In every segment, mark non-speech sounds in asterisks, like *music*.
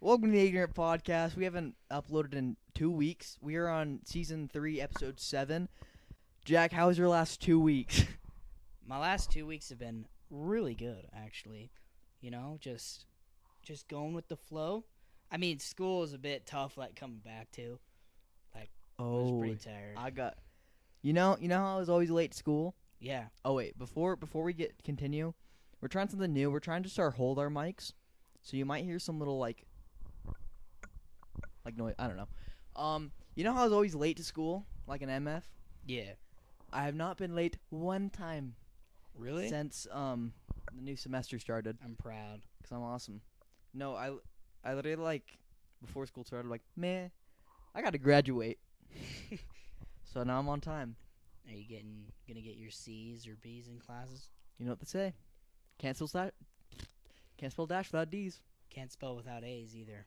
Welcome to the Ignorant Podcast. We haven't uploaded in two weeks. We are on season three, episode seven. Jack, how was your last two weeks? *laughs* my last two weeks have been really good actually you know just just going with the flow i mean school is a bit tough like coming back to i was pretty tired I got. You know, you know how I was always late to school. yeah Oh wait, before before we get continue, we're trying something new. We're trying to start hold our mics, so you might hear some little like, like noise. I don't know. Um, you know how I was always late to school, like an MF. yeah I have not been late one time really since um the new semester started i'm proud *laughs* because I'm awesome. No, I I literally like before school started like man, I got to graduate, are so now I'm on time. you getting gonna get your c's or b's in classes You know what they say? Can't spell slash, can't spell dash without D's. can't spell without a's either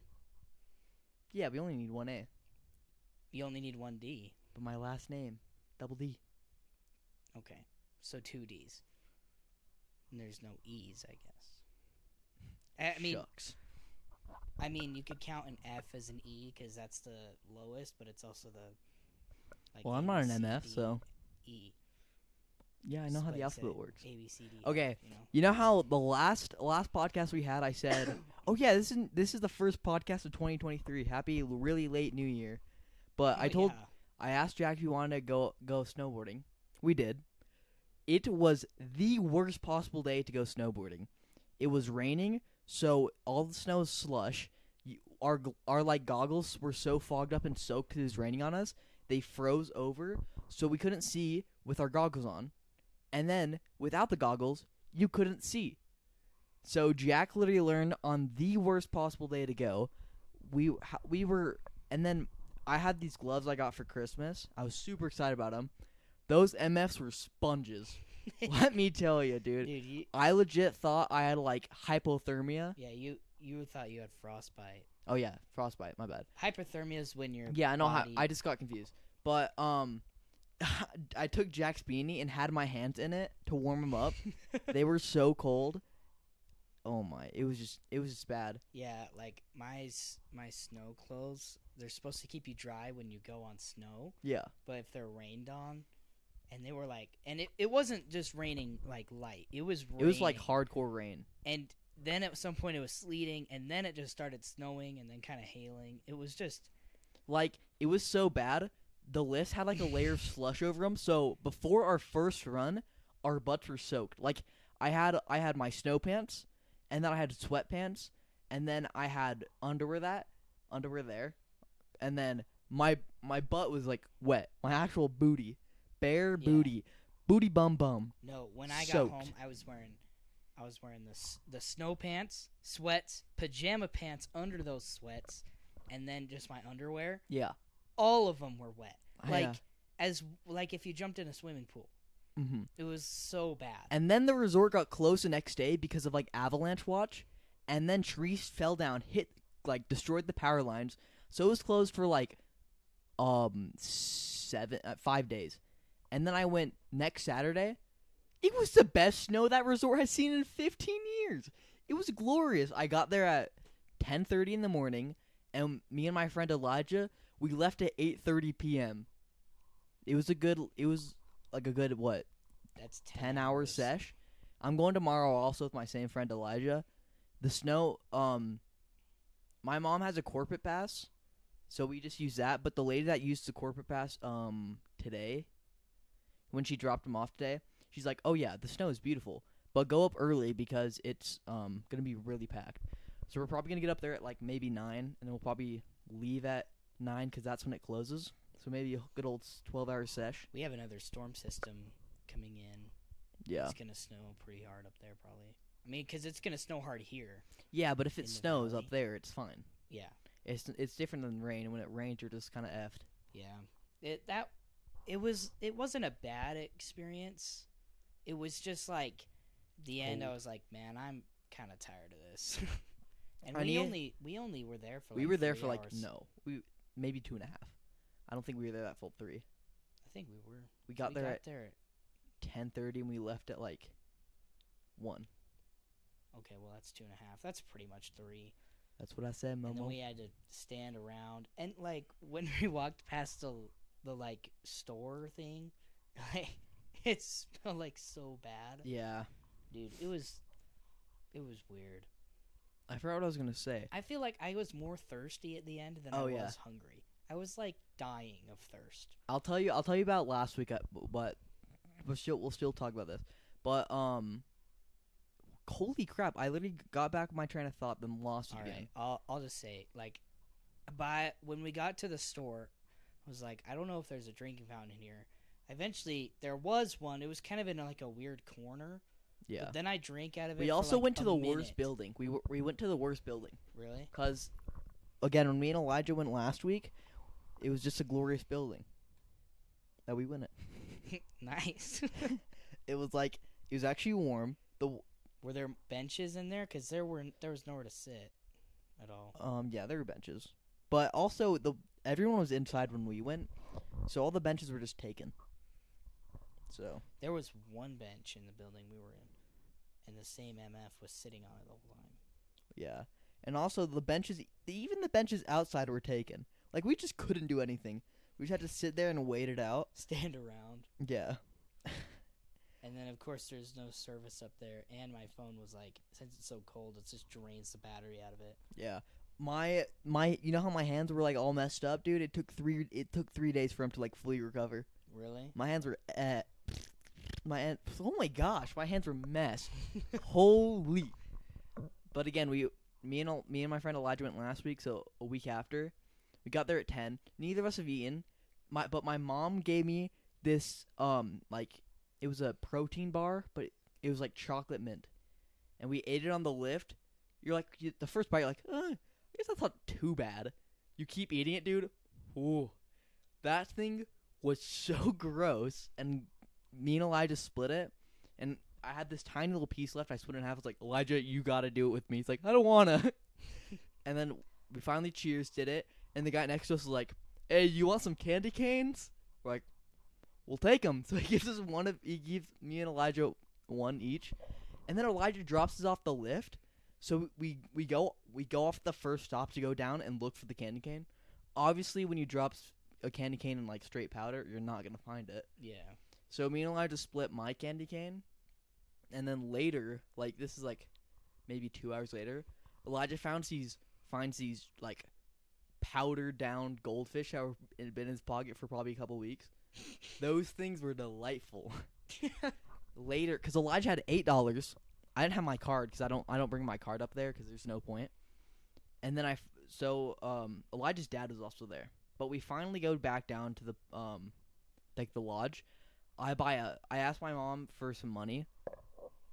Yeah, we only need one A. you only need one d But my last name, double D. okay so two d's and there's no e's i guess i mean Shucks. I mean, you could count an F as an E because that's the lowest, but it's also the. Like Well, I'm not an A, B, C, MF, D, so E. yeah, I know how Like, the alphabet say, works. A, B, C, D. E, Okay. Uh, You know? You know how the last last podcast we had, I *coughs* said, "Oh yeah, this is this is the first podcast of 2023. Happy l- really late New Year." But I Oh, told yeah. I asked Jack if he wanted to go go snowboarding. We did. It was the worst possible day to go snowboarding. It was raining, so all the snow is slush. You, our gl- our like goggles were so fogged up and soaked 'cause it was raining on us. They froze over, so we couldn't see with our goggles on. And then without the goggles, you couldn't see. So Jack literally learned on the worst possible day to go. We ho- we were and then I had these gloves I got for Christmas. I was super excited about them. Those MFs were sponges. *laughs* Let me tell you, dude. *laughs* Dude, you, I legit thought I had like hypothermia. yeah, you you thought you had frostbite. Oh yeah, frostbite. My bad. Hyperthermia is when *laughs* you're. Yeah, I know. How, body, I just got confused. But um, *laughs* I took Jack's beanie and had my hands in it to warm them up. they were so cold. Oh my! It was just it was just bad. yeah, like my s- my snow clothes, they're supposed to keep you dry when you go on snow. Yeah. but if they're rained on and they were like and it, it wasn't just raining like light it was raining, It was like hardcore rain. and then at some point it was sleeting and then it just started snowing and then kind of hailing it was just Like it was so bad. The lifts had like a layer of slush over them. So before our first run, our butts were soaked. Like I had I had my snow pants, and then I had sweatpants, and then I had underwear that underwear there, and then my my butt was like wet. My actual booty, bare Yeah. booty, booty bum bum. no when i got home Soaked. i was wearing i was wearing the, s- the snow pants sweats pajama pants under those sweats and then just my underwear Yeah. all of them were wet I, like uh, as like if you jumped in a swimming pool hmm it was so bad And then the resort got closed the next day because of like avalanche watch, and then trees fell down, hit like destroyed the power lines, so it was closed for like um seven uh, five days, and then I went next Saturday. It was the best snow that resort has seen in fifteen years. It was glorious. I got there at ten thirty in the morning, and me and my friend Elijah we left at eight thirty p.m. It was a good. It was like a good what that's 10, 10 hour sesh. I'm going tomorrow also with my same friend Elijah. The snow um my mom has a corporate pass, so we just use that, but the lady that used the corporate pass um today when she dropped him off today, she's like, "Oh yeah, the snow is beautiful, but go up early because it's um going to be really packed." So we're probably going to get up there at like maybe 9 and then we'll probably leave at 9 cuz that's when it closes. So maybe a good old 12-hour sesh. we have another storm system coming in Yeah. It's gonna snow pretty hard up there, probably. I mean, 'cause it's gonna snow hard here. Yeah, but if in it the snows valley. up there, it's fine. Yeah, It's it's different than rain. When it rains, you're just kind of effed. yeah. It that it was it wasn't a bad experience. It was just like the end. I Cold. was like, man, I'm kind of tired of this. *laughs* and I we need- only we only were there for we like were there three for like hours. no, we maybe two and a half. I don't think we were there that full three. I think we were. We got we there got at there. ten thirty and we left at like one. Okay, well that's two and a half. That's pretty much three. That's what I said, and then Momo. we had to stand around and like when *laughs* we walked past the the like store thing *laughs* like it smelled like so bad yeah, dude it was it was weird I forgot what I was gonna say. i feel like i was more thirsty at the end than Oh, i yeah. was hungry i was like dying of thirst I'll tell you. I'll tell you about last week, uh, b- but we'll still we'll still talk about this. But um, holy crap! I literally got back my train of thought, then lost it all again. right I'll, I'll just say like by when we got to the store i was like i don't know if there's a drinking fountain here eventually there was one it was kind of in like a weird corner Yeah. But then I drank out of it. We for, also like, went a to the minute. worst building. We w- we went to the worst building Really? *laughs* because, again, when me and Elijah went last week, it was just a glorious building that we went at. nice. *laughs* *laughs* It was like it was actually warm. The w- were there benches in there? Because there were there was nowhere to sit at all. um yeah there were benches, but also the everyone was inside when we went, so all the benches were just taken. So There was one bench in the building we were in, and the same MF was sitting on it the whole time. yeah, and also the benches even the benches outside were taken. Like we just couldn't do anything. We just had to sit there and wait it out. Stand around, Yeah. and then of course there's no service up there, and my phone was like, since it's so cold, it just drains the battery out of it. Yeah. My my you know how my hands were like all messed up, dude? It took 3 it took 3 days for him to like fully recover. Really? My hands were eh, my hand, oh my gosh, my hands were messed. Holy. But again, we me and El- me and my friend Elijah went last week, so a week after. We got there at 10. Neither of us have eaten. My but my mom gave me this um like it was a protein bar, but it was like chocolate mint. And we ate it on the lift. You're like you, the first bite you're like, uh, I guess that's not too bad. You keep eating it, dude. Ooh. That thing was so *laughs* gross and me and Elijah split it and I had this tiny little piece left. I split it in half. I was like, Elijah, you got to do it with me. He's like, I don't wanna. *laughs* and then we finally cheers did it, and the guy next to us was like, Hey, you want some candy canes? We're like, we'll take them. *laughs* So he gives us one of he gives me and Elijah one each, and then Elijah drops us off the lift. So we we go we go off the first stop to go down and look for the candy cane. Obviously, when you drop s- a candy cane in like straight powder, you're not gonna find it. *laughs* Yeah. So me and Elijah split my candy cane, and then later, like this is like maybe two hours later, Elijah finds these finds these like powdered down goldfish that were had been in his pocket for probably a couple weeks. Those things were delightful. later, because Elijah had eight dollars, I didn't have my card because I don't I don't bring my card up there because there's no point. And then I f- so um Elijah's dad was also there, but we finally go back down to the um like the lodge. I buy a. I asked my mom for some money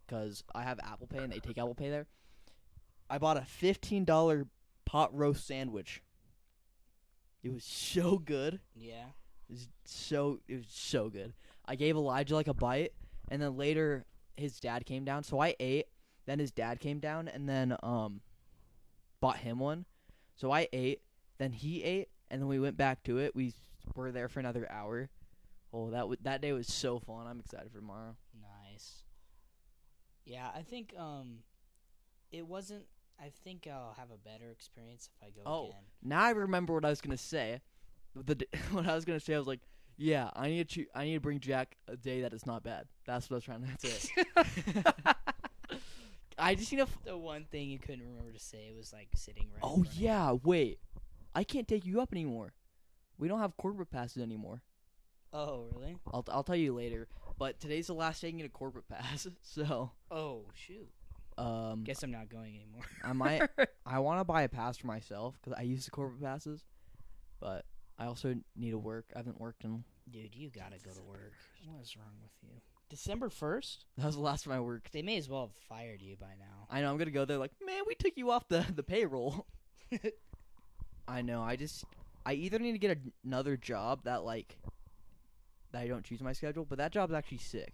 because I have Apple Pay and they take Apple Pay there. I bought a fifteen dollar pot roast sandwich. It was so good. Yeah. It was so it was so good. I gave Elijah like a bite, and then later his dad came down, so I ate. Then his dad came down, and then um, bought him one. So I ate. Then he ate, and then we went back to it. We were there for another hour. Oh, that w- that day was so fun. I'm excited for tomorrow. Nice. Yeah, I think um it wasn't I think I'll have a better experience if I go Oh. again. Now I remember what I was gonna say. The d- *laughs* what I was gonna say, I was like, yeah, I need to I need to bring Jack a day that is not bad. That's what I was trying to say. *laughs* I just need a. F- the one thing you couldn't remember to say was like sitting right. in Oh front of- yeah, wait. I can't take you up anymore. We don't have corporate passes anymore. Oh really? I'll I'll tell you later. But today's the last day you get a corporate pass, *laughs* so Oh shoot. um, Guess I'm not going anymore. I *laughs* might I want to buy a pass for myself because I use the corporate passes, but I also need to work. I haven't worked in *laughs* Dude, you gotta go to work. What is wrong with you? December first? that was the last of my work. They may as well have fired you by now. I know I'm gonna go there like, man, we took you off the the payroll. I know. I just I either need to get another job that like that I don't choose my schedule, but that job's actually sick.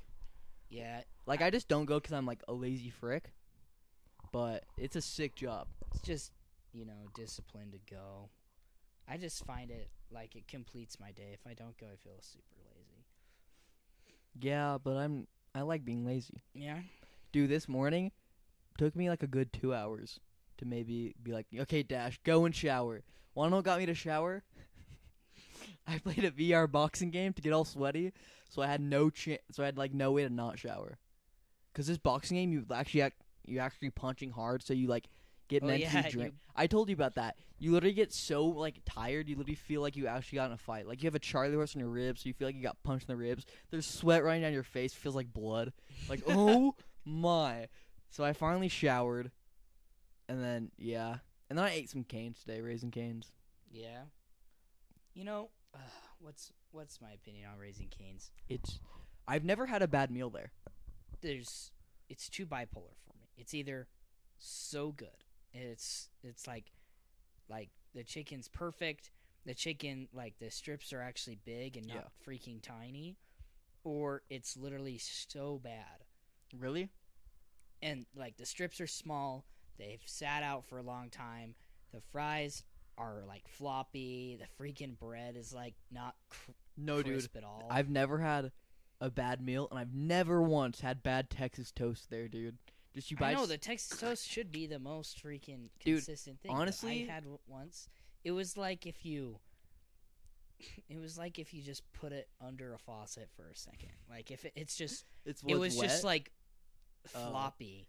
Yeah, Like I just don't go because I'm like a lazy frick. But it's a sick job. it's just you know discipline to go. I just find it like it completes my day. If I don't go, I feel super lazy. Yeah, but I'm I like being lazy. Yeah. Dude, this morning took me like a good two hours. to maybe be like, okay, Dash, go and shower. Wanna know what got me to shower? *laughs* I played a VR boxing game to get all sweaty, so I had no chance. So I had like no way to not shower. Cause this boxing game, you actually act, you're actually punching hard, so you like get Oh, mentally yeah, drained. you- I told you about that. You literally get so like tired, you literally feel like you actually got in a fight. Like you have a Charlie horse on your ribs, so you feel like you got punched in the ribs. There's sweat running down your face, feels like blood. *laughs* Like oh my! So I finally showered, and then yeah, and then I ate some canes today, raisin canes. Yeah. You know, uh, what's what's my opinion on Raising Canes? It's I've never had a bad meal there. There's it's too bipolar for me. It's either so good. It's it's like like the chicken's perfect. The chicken like the strips are actually big and not freaking tiny or it's literally so bad. Really? and like the strips are small. They've sat out for a long time. The fries are like floppy. The freaking bread is like not cr- No, dude. crisp at all. I've never had a bad meal, and I've never once had bad Texas toast there, dude. Just you I buy. know s- the Texas toast should be the most freaking Dude, consistent thing. but honestly- I had w- once. It was like if you. *laughs* It was like if you just put it under a faucet for a second. Like if it, it's just, it's it was just like. like Oh. floppy.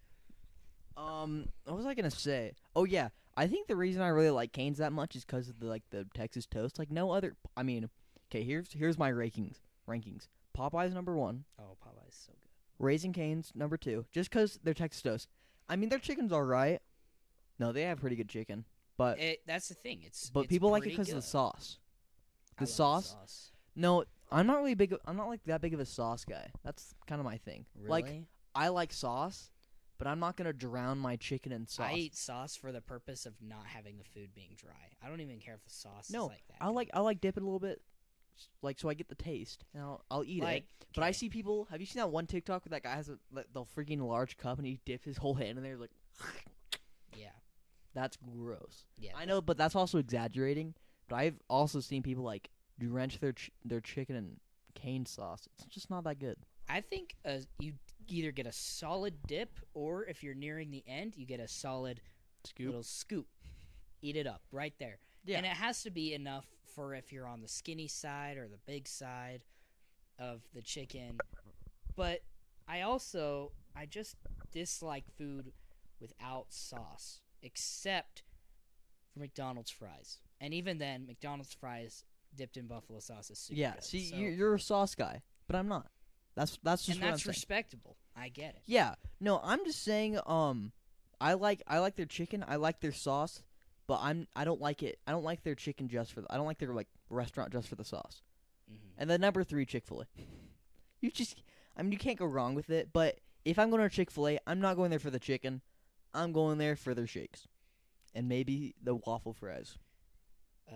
Um, what was I gonna say? Oh yeah, I think the reason I really like Canes that much is because of the like the Texas toast. Like no other. I mean, okay, here's here's my rankings. Rankings. Popeyes number one. Oh, Popeye's so good. Raising Canes number two. Just 'cause they're Texas toast. I mean, their chicken's all right. No, they have pretty good chicken, but It, that's the thing. It's Uh, but it's people like it pretty because of the good. sauce. I the love sauce. sauce. No, I'm not really big. I'm not like that big of a sauce guy. That's kind of my thing. Like Really? I like sauce, but I'm not gonna drown my chicken in sauce. I eat sauce for the purpose of not having the food being dry. I don't even care if the sauce No, is like that. I like I like dip it a little bit, s- like so I get the taste and I'll I'll eat it. But I see people. Have you seen that one TikTok where that guy has a like, the freaking large cup and he dips his whole hand in there? Like *laughs* Yeah. that's gross. Yeah. I know, but that's also exaggerating. But I've also seen people like drench their ch- their chicken in cane sauce. It's just not that good. I think uh, you either get a solid dip or if you're nearing the end, you get a solid little scoop. Eat it up right there. Yeah. And it has to be enough for if you're on the skinny side or the big side of the chicken. But I also I just dislike food without sauce, except for McDonald's fries. And even then, McDonald's fries dipped in buffalo sauce is super yeah. good. See, So- you you're a sauce guy, but I'm not. That's that's just and what I'm that's saying. respectable. I get it. Yeah. No, I'm just saying um I like I like their chicken, I like their sauce, but I'm I don't like it. I don't like their chicken just for the, I don't like their like restaurant just for the sauce. Mhm. And then number 3 Chick-fil-A. *laughs* You just I mean you can't go wrong with it, but if I'm going to Chick-fil-A, I'm not going there for the chicken. I'm going there for their shakes and maybe the waffle fries. Uh,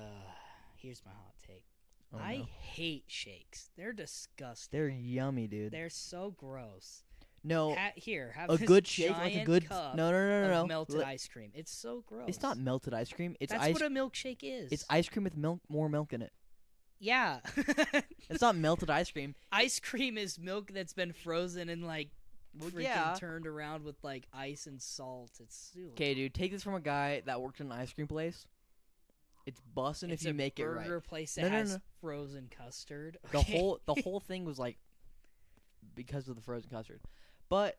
here's my hot take. Oh, I no. hate shakes. They're disgusting. They're yummy, dude. They're so gross. no, Ha- here, have a this good shake like a giant good cup No, no, no, no, of no. melted Li- ice cream. It's so gross. It's not melted ice cream. It's That's ice what a milkshake is. it's ice cream with milk more milk in it. yeah. *laughs* It's not melted ice cream. *laughs* ice cream is milk that's been frozen and like Well, freaking yeah. turned around with like ice and salt. It's ew. Okay, dude, take this from a guy that worked in an ice cream place. It's bussin' It's if you a make it burger right. place No, that no, has no. frozen custard. The okay? whole *laughs* the whole thing was like because of the frozen custard. But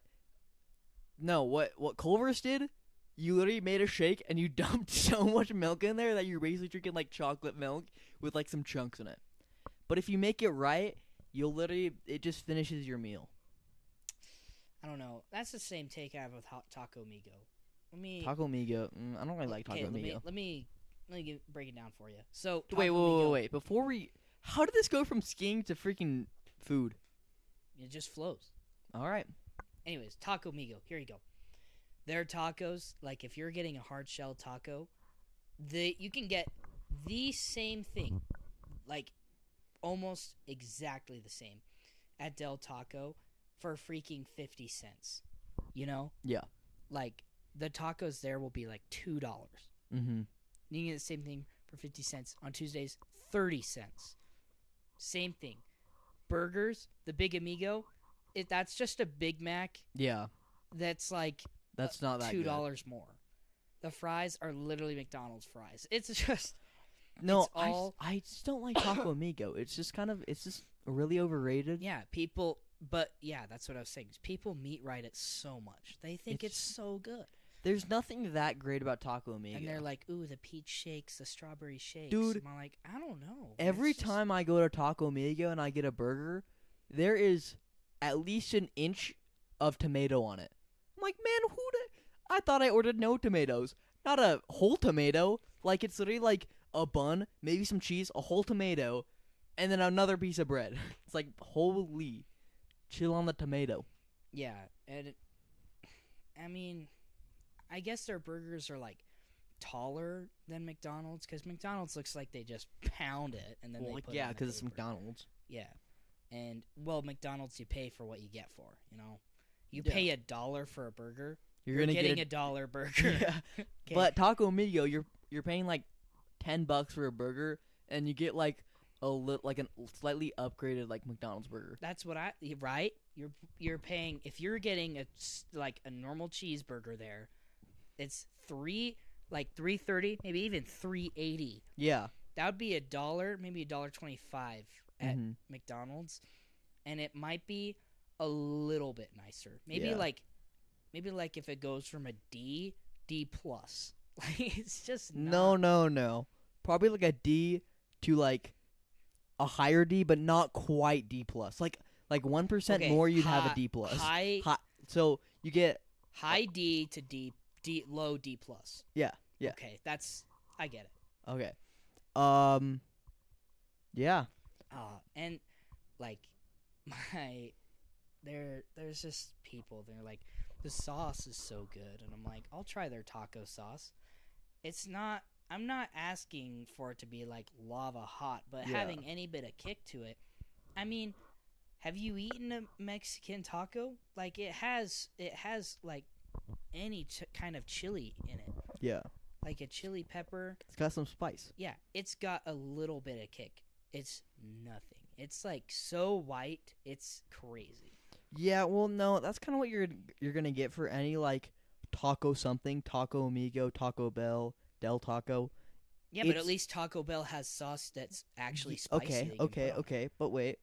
no, what what Culver's did, you literally made a shake and you *laughs* dumped so much milk in there that you're basically drinking like chocolate milk with like some chunks in it. But if you make it right, you'll literally it just finishes your meal. I don't know. That's the same take I have with hot taco migo. Let me Taco Migo, mm, I don't really like Taco okay, let me Migo. let me let me give, break it down for you. So wait, Taco wait, wait, Migo, wait. Before we, how did this go from skiing to freaking food? It just flows. All right. Anyways, Taco Migo. Here you go. Their tacos, like if you're getting a hard shell taco, the you can get the same thing, like almost exactly the same, at Del Taco for freaking fifty cents. You know? Yeah. Like the tacos there will be like two dollars. Mm-hmm. You can get the same thing for 50 cents. On Tuesdays, 30 cents. Same thing. Burgers, the Big Amigo, it, that's just a Big Mac Yeah, that's like Uh, that's not that $2 good. more. The fries are literally McDonald's fries. It's *laughs* just No, It's I, s- all- I just don't like *coughs* Taco Amigo. It's just kind of it's just really overrated. yeah, people. But yeah, that's what I was saying. is People meat right it so much. They think it's, It's- so good, There's nothing that great about Taco and they're Amigo. like, "Ooh, the peach shakes, the strawberry shakes." Dude, and I'm like, I don't know. It's Every just- time I go to Taco Amigo and I get a burger, there is at least an inch of tomato on it. I'm like, man, who da- I thought I ordered no tomatoes, not a whole tomato. Like it's literally like a bun, maybe some cheese, a whole tomato, and then another piece of bread. *laughs* it's like holy, chill on the tomato. Yeah, and it, I mean, I guess their burgers are like taller than McDonald's because McDonald's looks like they just *laughs* pound it and then Well, they like, put it yeah, on the because it's paper. McDonald's. Yeah, and well, McDonald's you pay for what you get for. You know, you Yeah. pay a dollar for a burger. You're, gonna getting get a *laughs* a dollar burger. *laughs* Yeah. 'Kay. But Taco Amigo, you're you're paying like ten bucks for a burger, and you get like a li- like a slightly upgraded like McDonald's burger. that's what I y- right. You're you're paying if you're getting a s- like a normal cheeseburger there, it's three like three thirty maybe even three eighty. Yeah, That would be a dollar maybe a dollar twenty five at Mhm. McDonald's, and it might be a little bit nicer. Maybe Yeah. like maybe like if it goes from a D D plus. *laughs* Like it's just no, not- no, no. Probably like a D to like a higher D, but not quite D plus. Like like one Okay, more, you'd have hi- a D plus. high Hi- so you get high D to D D low D plus. Yeah, yeah. Okay, that's I get it. okay. Um, yeah, Uh, and like *laughs* my there there's just people they're like the sauce is so good and I'm like I'll try their taco sauce. It's not I'm not asking for it to be like lava hot, but Yeah. having any bit of kick to it. I mean, have you eaten a Mexican taco? Like it has it has like any ch- kind of chili in it. yeah. Like a chili pepper, It's got some spice. yeah, it's got a little bit of kick. It's nothing. It's like so white, it's crazy. Yeah, well, no, that's kind of what you're you're gonna get for any like taco something, taco amigo, Taco Bell, Del Taco. Yeah, but at It's- least Taco Bell has sauce that's actually Y- spicy. that okay, you can okay, put on it. okay, but wait,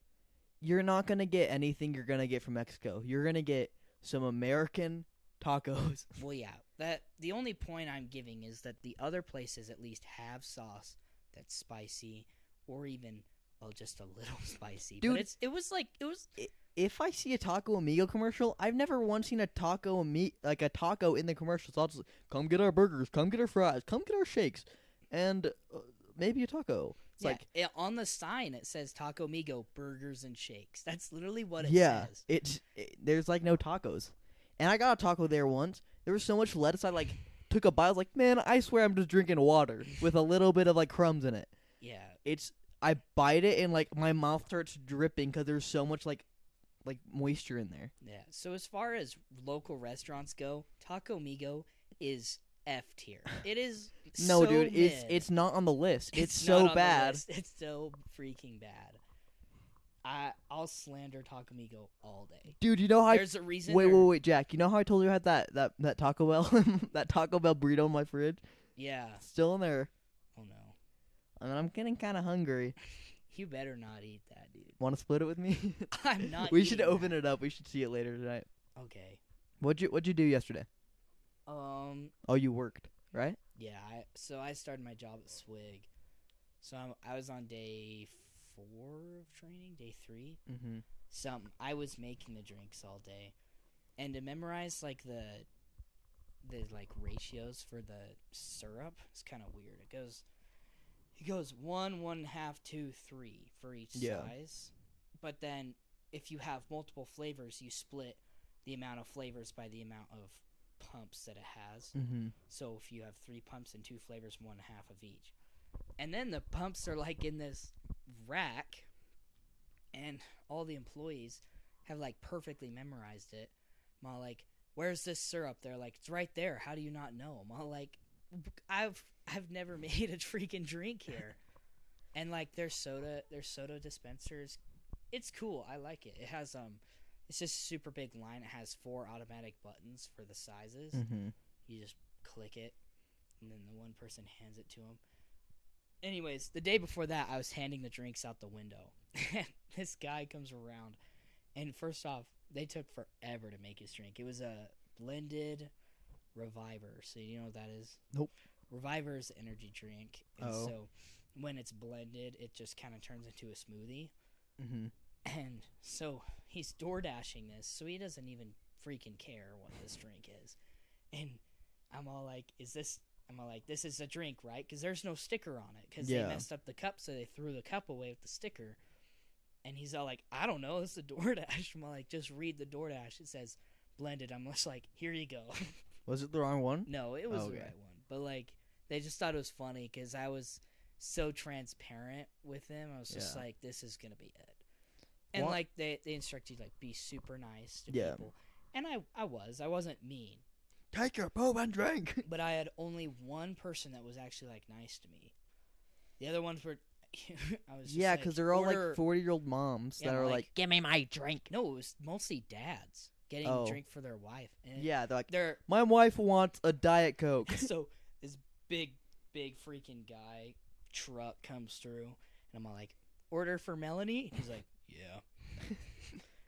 you're not gonna get anything you're gonna get from Mexico. You're gonna get some American tacos. *laughs* Well, yeah. That the only point I'm giving is that the other places at least have sauce that's spicy or even well, just a little *laughs* spicy. Dude. But it's it was like it was If I see a Taco Amigo commercial, I've never once seen a taco ami- like a taco in the commercial. So I'll just come get our burgers, come get our fries, come get our shakes, and uh, maybe a taco. It's yeah, like it- on the sign it says Taco Migo burgers and shakes. That's literally what it yeah, says. it's it, there's like no tacos, and I got a taco there once. There was so much lettuce, I like took a bite. I was like, man, I swear I'm just drinking water with a little bit of like crumbs in it. Yeah. It's I bite it and like my mouth starts dripping because there's so much like like moisture in there. Yeah. So as far as local restaurants go, Taco Migo is F tier. It is *laughs* No, so dude, it's mid. it's not on the list. *laughs* It's, not on so the bad. list. *laughs* It's so freaking bad. I I'll slander Taco Migo all day. Dude, you know how I, There's a reason. wait, wait, they're- wait, Jack. You know how I told you I had that that that Taco Bell *laughs* that Taco Bell burrito in my fridge, Yeah. still in there. Oh no. I mean, I'm getting kind of hungry. You better not eat that, *laughs* dude. Want to split it with me? *laughs* I'm not. we should eating open it up. We should see it later tonight. that. Okay. What'd you What'd you do yesterday? Um. Oh, you worked, right? Yeah. I, so I started my job at Swig. So I'm, I was on day four of training. Day three. Mm-hmm. Some I was making the drinks all day, and to memorize like the the like ratios for the syrup is kind of weird. It goes it goes one, one and a half, two, three for each Yeah. size. But then if you have multiple flavors, you split the amount of flavors by the amount of pumps that it has. Mm-hmm. So if you have three pumps and two flavors, one half of each. And then the pumps are like in this rack, and all the employees have like perfectly memorized it. I'm all like, "Where's this syrup?" They're like, "It's right there. How do you not know?" I'm all like, "I've I've never *laughs* made a freaking drink here." and like their soda, their soda dispensers, it's cool. I like it. It has um, it's just a super big line. It has four automatic buttons for the sizes Mm-hmm. you just click it and then the one person hands it to him. Anyways, the day before that, I was handing the drinks out the window. *laughs* this guy comes around, and first off, they took forever to make his drink. It was a blended reviver. So you know what that is? Nope. Reviver is an energy drink, and Oh. so when it's blended, it just kind of turns into a smoothie. Mm-hmm. And so he's door dashing this, so he doesn't even freaking care what this drink is. And I'm all like, is this. I'm all like, this is a drink, right? Because there's no sticker on it. Because Yeah. they messed up the cup, so they threw the cup away with the sticker. And he's all like, I don't know. It's a *laughs* DoorDash. I'm all like, just read the DoorDash. It says blended. I'm just like, here you go. *laughs* Was it the wrong one? No, it was Okay. the right one. But like, they just thought it was funny because I was so transparent with them. I was just Yeah. like, "This is gonna be it." And Wha- like they they instruct you like be super nice to Yeah. people, and I I was I wasn't mean, Take your poop and drink. but I had only one person that was actually like nice to me. The other ones were *laughs* I was just yeah, because because they're all "Order-" like forty-year-old moms Yeah, that I'm are like, like, "Give me my drink." No, it was mostly dads getting Oh. a drink for their wife. And yeah, they're like, they're my wife wants a diet *laughs* coke. *laughs* so this big, big freaking guy truck comes through, and I'm all like, "Order for Melanie." And he's like, *laughs* "Yeah."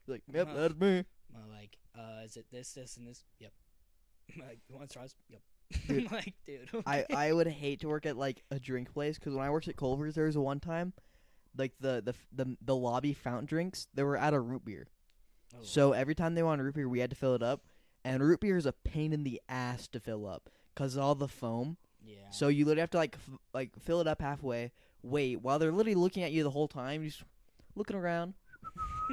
like, yep, Huh. that's me. *laughs* I'm like, "Uh, is it this, this, and this?" Yep. *laughs* I'm like, "You want straws?" Yep. *laughs* Dude, I'm like, dude. I, *laughs* uh, okay." I would hate to work at like a drink place because when I worked at Culver's, there was one time, like the the f- the the lobby fountain drinks, they were out of root beer. Oh, So every time they wanted root beer, we had to fill it up, and root beer is a pain in the ass to fill up because all the foam. yeah. So you literally have to like f- like fill it up halfway. Wait, while they're literally looking at you the whole time, just looking around.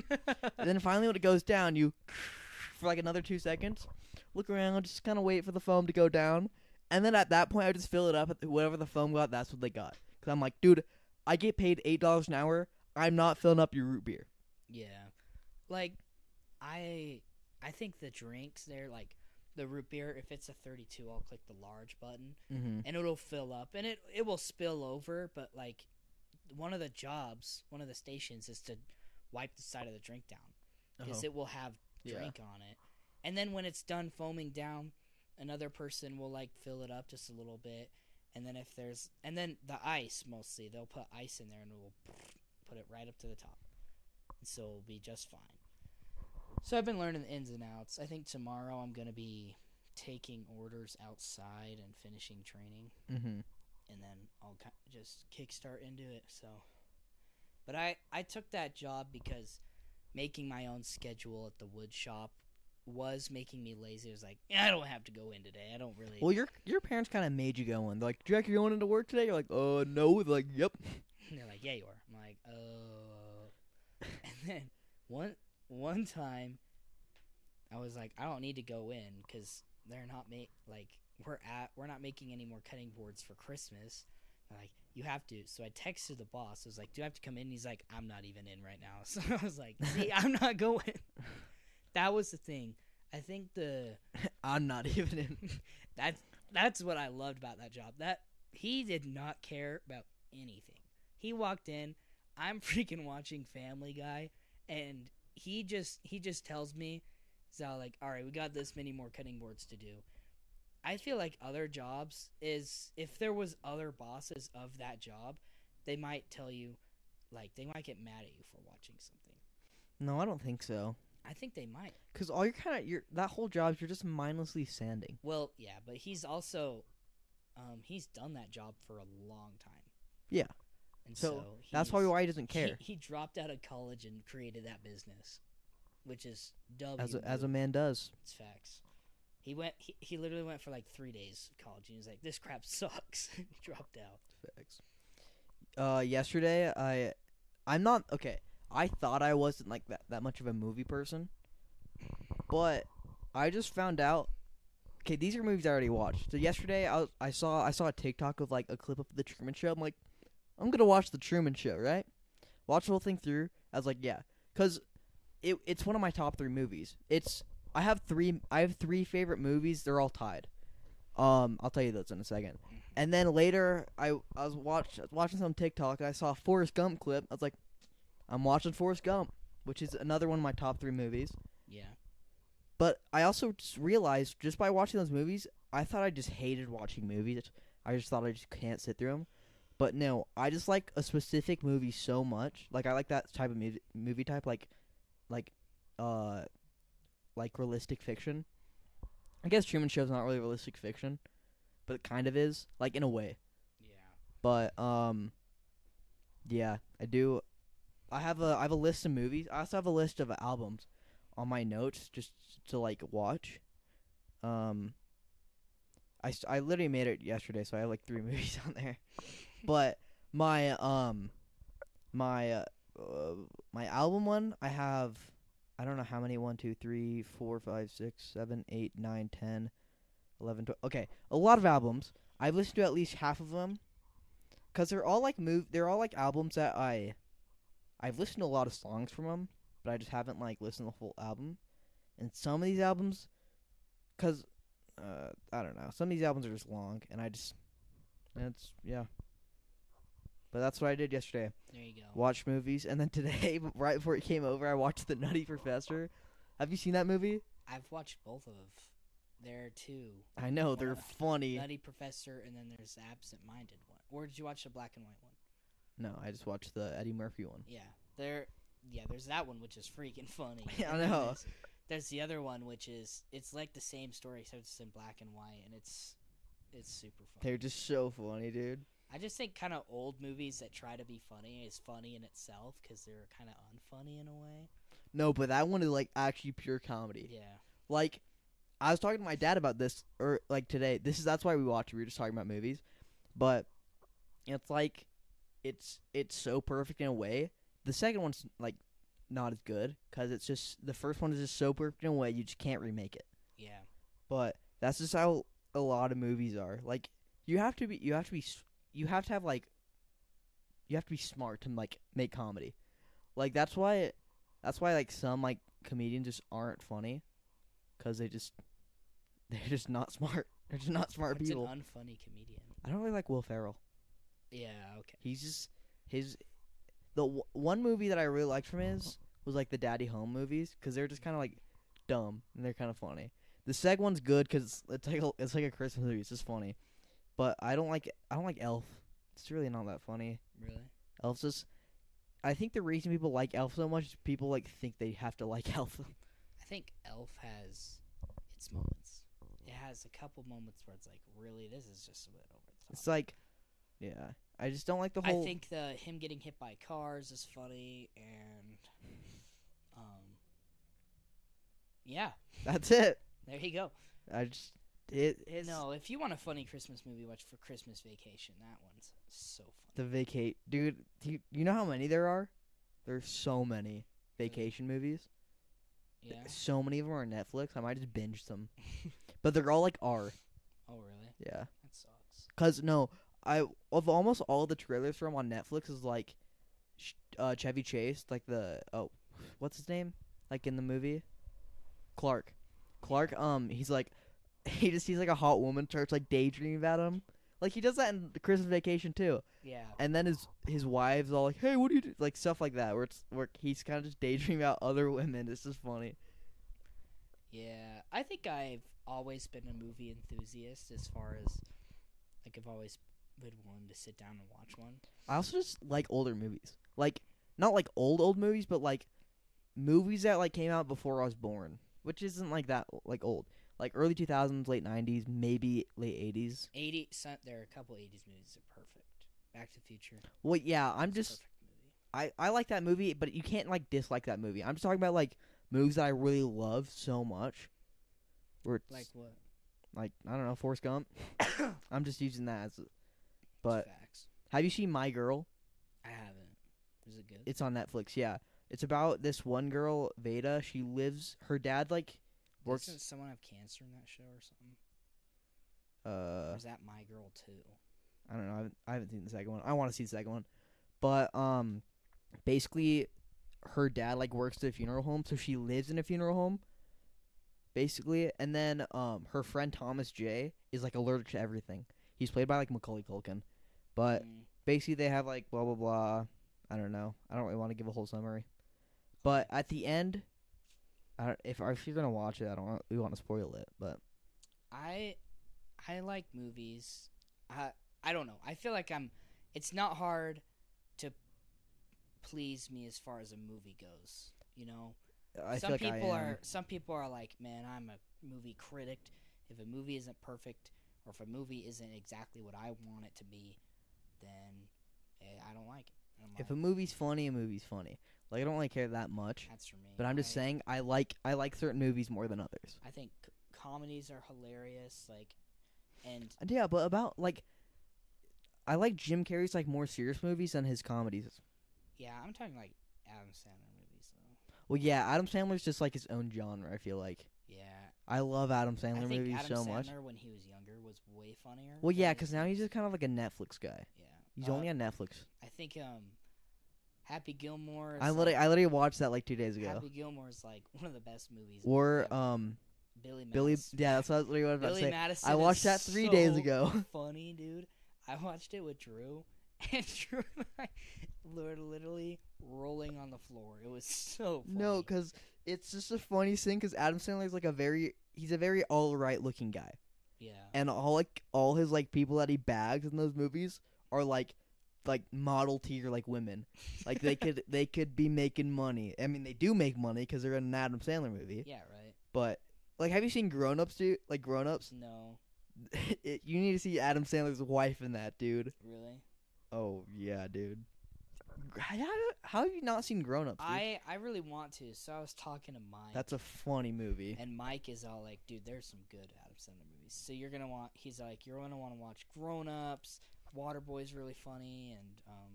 And then finally, when it goes down, you *laughs* for like another two seconds, look around, just kind of wait for the foam to go down, and then at that point, I would just fill it up. at Whatever the foam got, that's what they got. Cause I'm like, dude, I get paid eight dollars an hour. I'm not filling up your root beer. *laughs* yeah, like, I I think the drinks there, like the root beer, if it's a 32, I'll click the large button. Mm-hmm. and it'll fill up and it it will spill over but like one of the jobs one of the stations is to wipe the side of the drink down because it will have Uh-huh. Yeah. drink on it and then when it's done foaming down another person will like fill it up just a little bit and then if there's and then the ice mostly they'll put ice in there and we'll put it right up to the top and so it'll be just fine so i've been learning the ins and outs i think tomorrow i'm going to be taking orders outside and finishing training mm-hmm. and then I'll ki- just kickstart into it. So, but I I took that job because making my own schedule at the wood shop was making me lazy. It was like I don't have to go in today. I don't really. Well, your your parents kind of made you go in. They're like, Jack, you're going into work today. You're like, uh, no. They're like, yep. And they're like, yeah, you are. I'm like, oh. *laughs* and then one one time, I was like, I don't need to go in because they're not make like we're at we're not making any more cutting boards for Christmas. They're like, you have to. So I texted the boss. I was like, do I have to come in? He's like, I'm not even in right now. *laughs* So I was like, see, I'm not going. that was the thing. I think the I'm not *laughs* even in. that's that's what I loved about that job. That he did not care about anything. He walked in, I'm *laughs* freaking watching Family Guy, and he just he just tells me, he's all like, all right, we got this many more cutting boards to do. I feel like other jobs is if there was other bosses of that job, they might tell you, like they might get mad at you for watching something. No, I don't think so. I think they might. Cause all you're kind of you're that whole job, you're just mindlessly sanding. Well, yeah, but he's also um he's done that job for a long time. Yeah. And so, So, That's probably he's- why he doesn't he- care, He, dropped out of college and created that business, which is W. as a, as a man does. it's facts. He went. He, he literally went for like three days of college, and he was like, "This crap *laughs* sucks." and dropped out. Uh, yesterday I, I'm not okay. I thought I wasn't like that that much of a movie person, but I just found out. Okay, these are movies I already watched. So yesterday I was, I saw I saw a TikTok of like a clip of the Truman Show. I'm like, I'm gonna watch the Truman Show, right? Watch the whole thing through. I was like, yeah, because it it's one of my top three movies. It's I have three I have three favorite movies. They're all tied. Um, I'll tell you those in a second. And then later, I I was watch I was watching some TikTok and I saw a Forrest Gump clip. I was like, I'm watching Forrest Gump, which is another one of my top three movies. Yeah. But I also just realized just by watching those movies, I thought I just hated watching movies. I just thought I just can't sit through them. But no, I just like a specific movie so much. Like I like that type of mu- movie type, like, like, uh, like realistic fiction. I guess Truman Show's not really realistic fiction, but it kind of is, like in a way. Yeah. But um, yeah, I do. I have a I have a list of movies. I also have a list of albums on my notes just to like watch. Um, I s- I literally made it yesterday, so I have like three *laughs* movies on there. But my um, my uh, uh, my album one I have. I don't know how many. One, two, three, four, five, six, seven, eight, nine, ten, eleven, twelve. Okay, a lot of albums. I've listened to at least half of them because they're all like move they're all like albums that i i've listened to a lot of songs from them but i just haven't like listened to the whole album and some of these albums because uh i don't know some of these albums are just long and i just that's yeah but that's what i did yesterday There you go. watched movies and then *laughs* today right before it came over i watched the nutty professor have you seen that movie I've watched both of their two i know they're What? funny Nutty Professor, and then there's the absent-minded one. Or did you watch the black and white one? no i just watched the eddie murphy one Yeah, there. Yeah, there's that one which is freaking funny. *laughs* Yeah, I And then know. There's, there's the other one which is it's like the same story except it's in black and white, and it's it's super funny. they're just so funny dude I just think kind of old movies that try to be funny is funny in itself because they're kind of unfunny in a way. No, but that one is like actually pure comedy. Yeah. Like, I was talking to my dad about this, or like today. This is that's why we watch. it, We were just talking about movies, but it's like it's it's so perfect in a way. The second one's like not as good because it's just the first one is just so perfect in a way you just can't remake it. Yeah. But that's just how a lot of movies are. Like you have to be you have to be s- you have to have like you have to be smart to like make comedy. Like that's why that's why like some like comedians just aren't funny cuz they just *laughs* they're just not smart. They're just not smart What's people. an unfunny comedian? I don't really like Will Ferrell. Yeah. Okay. He's just his the w- one movie that I really liked from his was like the Daddy Home movies because they're just kind of like dumb and they're kind of funny. The seg one's good because it's, it's like a, it's like a Christmas movie. It's just funny, but I don't like I don't like Elf. It's really not that funny. Really? Elf's just I think the reason people like Elf so much is people like think they have to like *laughs* Elf. I think Elf has its moments. It has a couple moments where it's like, really, this is just a bit over the top. it's like yeah, I just don't like the I whole. think the him getting hit by cars is funny, and um, yeah, *laughs* that's it. there you go. I just it it's no, if you want a funny Christmas movie, watch for Christmas Vacation. That one's so funny. The vacate, dude. do You, you know how many there are? There's so many vacation movies. Yeah. So many of them are on Netflix. I might just binge them, *laughs* but they're all like R. oh, really? Yeah, That sucks. cause no, I of almost all the trailers from on Netflix is like, sh- uh, Chevy Chase, like the oh, what's his name? Like in the movie, Clark. Clark. Um, he's like, *laughs* he just sees like a hot woman, starts like daydreaming about him. Like he does that in the Christmas Vacation too. Yeah. and then his his wives all like, "Hey, what do you do?" Like stuff like that, where it's where he's kind of just daydreaming about other *laughs* women. It's just funny. Yeah, I think I've always been a movie enthusiast as far as like I've always been willing to sit down and watch one. I also just like older movies, like not like old old movies, but like movies that like came out before I was born, which isn't like that like old, like early two thousands, late nineties, maybe late eighties. 80 so- there are a couple 80s movies that are perfect. Back to the Future. Well, yeah, I'm is a just perfect movie. I I like that movie, but you can't like dislike that movie. I'm just talking about like movies that I really love so much. Where it's Like what? like I don't know, Forrest Gump. *coughs* I'm just using that as, a- but facts. Have you seen My Girl? I haven't. Is it good? It's on Netflix. Yeah, it's about this one girl, Veda. She lives. Her dad like works. Doesn't someone have cancer in that show or something? Uh, or is that My Girl too? I don't know. I haven't, I haven't seen the second one. I want to see the second one, but um, basically, her dad like works at a funeral home, so she lives in a funeral home, basically. And then um, her friend Thomas J is like allergic to everything. He's played by like Macaulay Culkin, but Mm, basically they have like blah blah blah. I don't know. I don't really want to give a whole summary, but at the end, I don't, if if you're gonna watch it, I don't want, we want to spoil it. But I I like movies. I I don't know. I feel like I'm. It's not hard to please me as far as a movie goes. You know, I some feel like I people am. are some people are like, man, I'm a movie critic. If a movie isn't perfect, or if a movie isn't exactly what I want it to be, then eh, I don't like it. And I'm If a like, movie's funny, a movie's funny. Like I don't really care that much, that's for me. but I'm just I- saying I like I like certain movies more than others. I think c- comedies are hilarious. Like, and And Yeah, but about like I like Jim Carrey's like more serious movies than his comedies. yeah, I'm talking like Adam Sandler movies though. Well, yeah, Adam Sandler's just like his own genre. I feel like Yeah, I love Adam I Sandler think movies Adam so Sandler much. when he was younger was way funnier. Well, than yeah, he because is now he's just kind of like a Netflix guy. Yeah, He's Uh, only on Netflix. I think um, Happy Gilmore. Is I literally, like, I literally watched that like two days ago. Happy Gilmore is like one of the best movies. or ever. um, Billy. Billy. Madison. Yeah, that's what I was literally what I was about to Billy say. Madison. I is watched that three days so ago. *laughs* funny, dude. I watched it with Drew, *laughs* and Drew and I were literally rolling on the floor. It was so funny. No, because it's just the funniest thing. Because Adam Sandler's like a very, he's a very all right looking guy, yeah, and all like all his like people that he bags in those movies are like, like model tier like women. Like they *laughs* could they could be making money. I mean, they do make money because they're in an Adam Sandler movie. yeah, right. But like, have you seen Grown Ups, dude? Like Grown Ups, *laughs* No, it, you need to see Adam Sandler's wife in that, dude. really. Oh yeah, dude. How, how have you not seen Grown Ups? dude? I I really want to. So I was talking to Mike. That's a funny movie. And Mike is all like, dude, there's some good Adam Sandler movies. So you're gonna want. He's like, you're gonna want to watch Grown Ups. Waterboy's really funny, and um,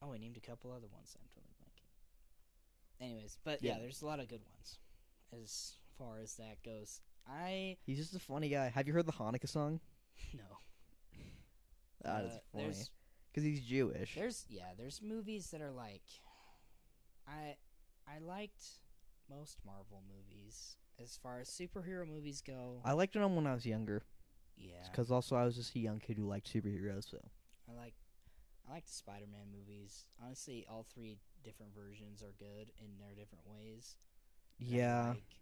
oh, he named a couple other ones. I'm totally blanking. Anyways, but yeah, Yeah. there's a lot of good ones as far as that goes. I *laughs* He's just a funny guy. Have you heard the Hanukkah song? no. That is uh, funny. There's Because he's Jewish. there's yeah there's movies that are like, I I liked most Marvel movies as far as superhero movies go. I liked them when I was younger. yeah. Because also I was just a young kid who liked superheroes. So I like I like the Spider-Man movies. Honestly, all three different versions are good in their different ways. that I yeah, like.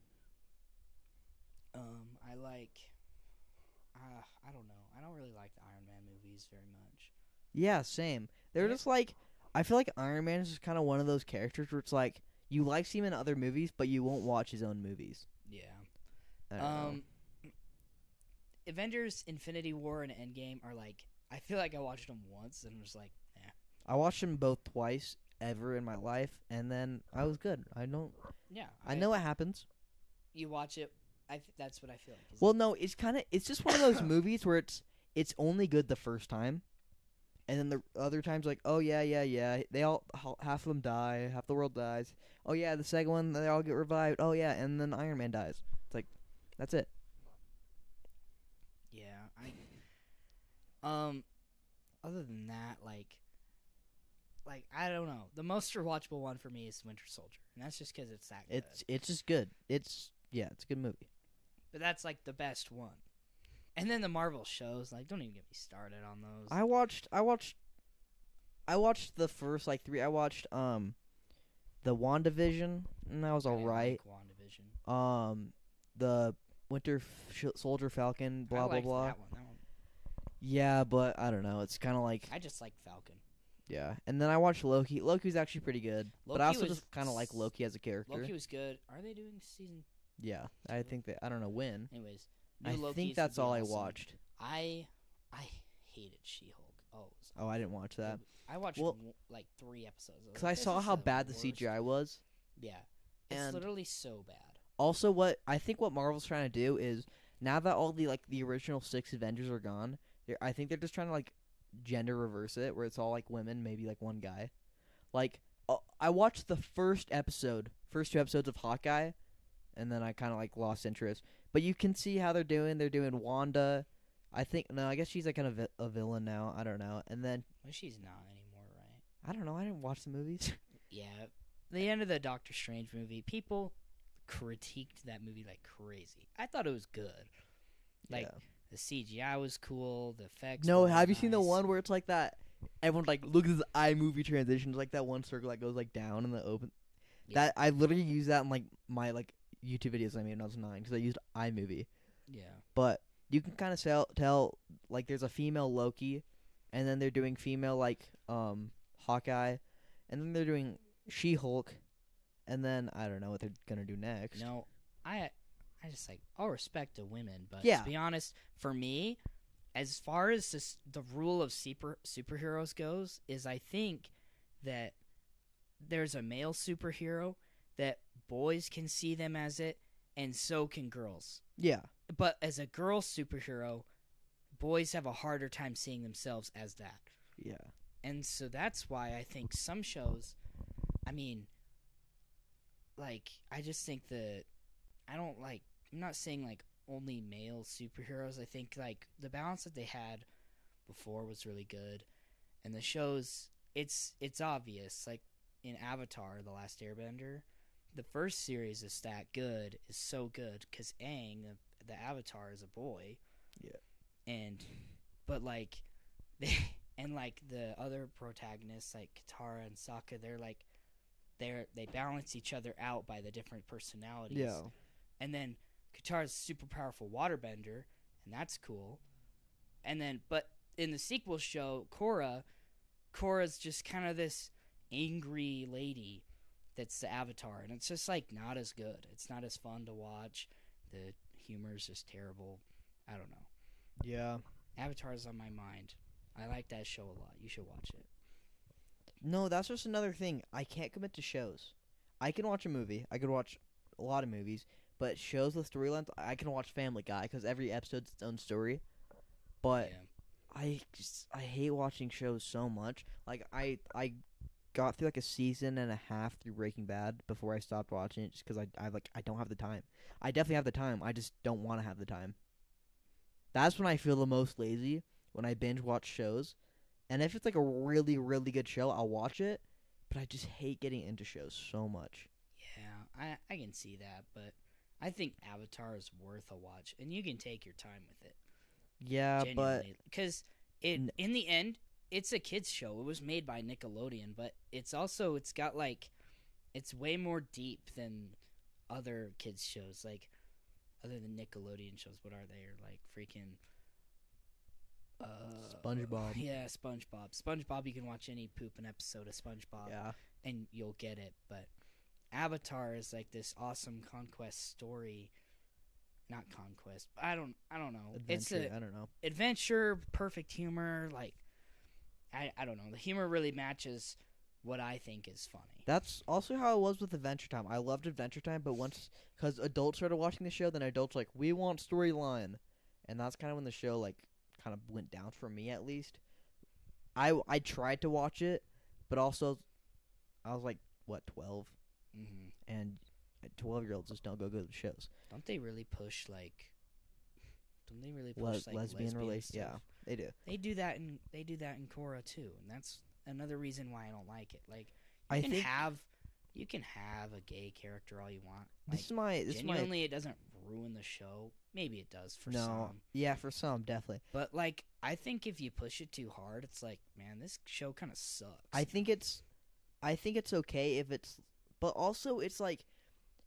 Um, I like. Uh, I don't know. I don't really like the Iron Man movies very much. yeah, same. They're Yeah. just like I feel like Iron Man is just kind of one of those characters where it's like you like seeing him in other movies, but you won't watch his own movies. Yeah. I don't know. Um, Avengers: Infinity War and Endgame are like. I feel like I watched them once and was like, nah. I watched them both twice ever in my life, and then I was good. I don't. Yeah, I know it happens. you watch it. I f- that's what I feel like. is Well, no, it's kind of it's just one of *coughs* those movies where it's it's only good the first time, and then the other times like oh yeah yeah yeah they all ho- half of them die, half the world dies. Oh yeah, the second one they all get revived. Oh yeah, and then Iron Man dies. It's like that's it. Yeah, I. Um, other than that, like, like I don't know. The most rewatchable one for me is Winter Soldier, and that's just because it's that good. It's it's just good. It's yeah, it's a good movie. but that's like the best one. And then the Marvel shows, like, don't even get me started on those. I watched I watched I watched the first like three. I watched um the WandaVision and that was I didn't alright. Like WandaVision. Um the Winter F- Sh- Soldier Falcon I blah blah liked blah. That one. That one. Yeah, but I don't know. It's kind of like I just like Falcon. yeah. And then I watched Loki. Loki's actually pretty good, but I Loki also was just kind of like s- Loki as a character. Loki was good. Are they doing season? yeah, I think that I don't know when. Anyways, new I Loki's think would that's be all I awesome. watched. I I hated She-Hulk. Oh, it was Oh, I didn't watch that It- I watched Well- w- like three episodes. was because like, I this saw is how bad the worst- CGI was. Yeah, it's and- literally so bad. Also, what I think what Marvel's trying to do is now that all the like the original six Avengers are gone, they're, I think they're just trying to like gender reverse it, where it's all like women, maybe like one guy. Like uh, I watched the first episode, first two episodes of Hawkeye, and then I kind of like lost interest. But you can see how they're doing. They're doing Wanda. I think no, I guess she's like kind of a villain now. I don't know. And then Well, she's not anymore, right? I don't know. I didn't watch the movies. *laughs* Yeah, the end of the Doctor Strange movie, people critiqued that movie like crazy. I thought it was good. Like Yeah. the CGI was cool, the effects. No, were have you seen the nice. one where it's like that? Everyone like look at this iMovie transition. It's like that one circle that goes like down in the open. Yeah. That I literally use that in like my like YouTube videos I made when I was nine because I used iMovie. Yeah, But you can kind of tell, tell like there's a female Loki, and then they're doing female like um Hawkeye, and then they're doing She Hulk, and then I don't know what they're gonna do next. No, I I just like all respect to women, but Yeah. to be honest, for me, as far as this, the rule of super superheroes goes, is I think that there's a male superhero that boys can see them as it, and so can girls. Yeah, But as a girl superhero, boys have a harder time seeing themselves as that. yeah, And so that's why I think some shows, I mean, like, I just think that I don't like, I'm not saying like only male superheroes. I think like the balance that they had before was really good. And the shows, it's, it's obvious. Like in Avatar, The Last Airbender, the first series is that good, is so good because Aang, the, the Avatar, is a boy. Yeah. And, but like, *laughs* they and like the other protagonists like Katara and Sokka, they're like they're they balance each other out by the different personalities. yeah. And then Katara's super powerful waterbender, and that's cool. And then but in the sequel show, Korra, Korra's just kind of this angry lady that's the avatar and it's just like not as good. It's not as fun to watch. The humor's just terrible. I don't know. Yeah. Avatar's on my mind. I like that show a lot. You should watch it. No, that's just another thing. I can't commit to shows. I can watch a movie. I could watch a lot of movies, but shows with storylines, I can watch Family Guy because every episode's its own story. But yeah. I just I hate watching shows so much. Like I I got through like a season and a half through Breaking Bad before I stopped watching it just because I I like I don't have the time. I definitely have the time. I just don't want to have the time. That's when I feel the most lazy when I binge watch shows. And if it's like a really really good show, I'll watch it. But I just hate getting into shows so much. Yeah, I, I can see that, but I think Avatar is worth a watch, and you can take your time with it. Yeah, but because it N- in the end, it's a kids show. It was made by Nickelodeon, but it's also it's got like it's way more deep than other kids shows. Like other than Nickelodeon shows, what are they? Or like freaking uh, SpongeBob. *laughs* Yeah, SpongeBob. SpongeBob. You can watch any pooping episode of SpongeBob. yeah, and you'll get it. But Avatar is like this awesome conquest story, not conquest. but I don't, I don't know. It's adventure, a I don't know. adventure, perfect humor. Like, I, I don't know. The humor really matches what I think is funny. That's also how it was with Adventure Time. I loved Adventure Time, but once because adults started watching the show, then adults were like we want storyline, and that's kind of when the show like kind of went down for me at least. I I tried to watch it, but also I was like what twelve, hmm and twelve year olds just don't go good with shows. Don't they really push like? Don't they really push Le- like lesbian rela- stuff? yeah. They do. They do that in they do that in Korra too, and that's another reason why I don't like it. Like, you I can think have. You can have a gay character all you want. this Like, is my this is my Genuinely, it doesn't ruin the show. Maybe it does for no some, yeah for some definitely. but like I think if you push it too hard, it's like, man, this show kind of sucks. I think it's, I think it's okay if it's, but also it's like,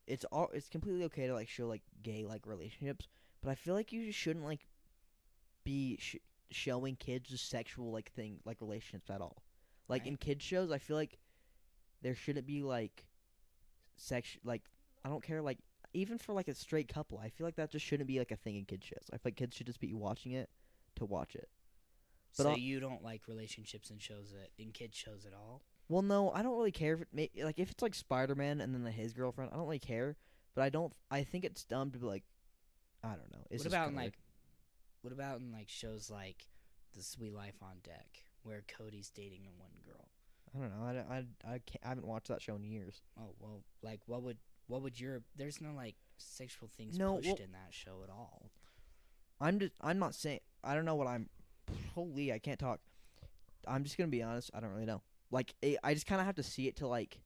it's all it's completely okay to like show like gay like relationships, but I feel like you just shouldn't like be sh- showing kids just sexual like thing like relationships at all. Like Right. in kids shows, I feel like there shouldn't be like sex like I don't care like even for like a straight couple, I feel like that just shouldn't be like a thing in kids shows. I feel like kids should just be watching it to watch it. but so. I'll- you don't like relationships and shows that in kids shows at all? Well, no, I don't really care if it may, like if it's like Spider Man and then his girlfriend. I don't really care, but I don't. I think it's dumb to be like, I don't know. It's what just about in kinda like, what about in like shows like The Sweet Life on Deck, where Cody's dating the one girl? weird. I don't know. I, don't- I, I, can't, I haven't watched that show in years. Oh well, like what would what would your? There's no like sexual things No, pushed well- in that show at all. I'm just. I'm not saying. I don't know what I'm. Holy, I can't talk. I'm just gonna be honest. I don't really know. Like, it, I just kind of have to see it to like.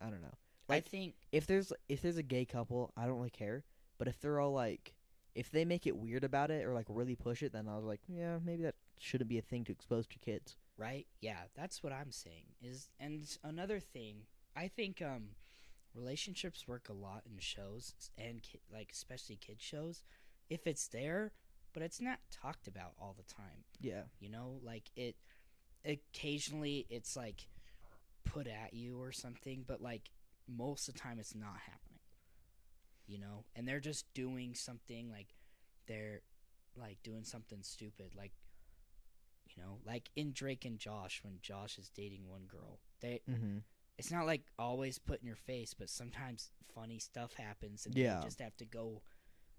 I don't know. Like, I think if there's if there's a gay couple, I don't really care. But if they're all like, if they make it weird about it or like really push it, then I was like, yeah, maybe that shouldn't be a thing to expose to kids. right yeah that's what i'm saying is and another thing i think um relationships work a lot in shows and ki- like especially kid shows if it's there, but it's not talked about all the time. Yeah. You know, like it occasionally it's like put at you or something, but like most of the time it's not happening. You know, and they're just doing something like they're like doing something stupid like you know, like in Drake and Josh when Josh is dating one girl. They Mm-hmm. it's not like always put in your face, but sometimes funny stuff happens and Yeah. they just have to go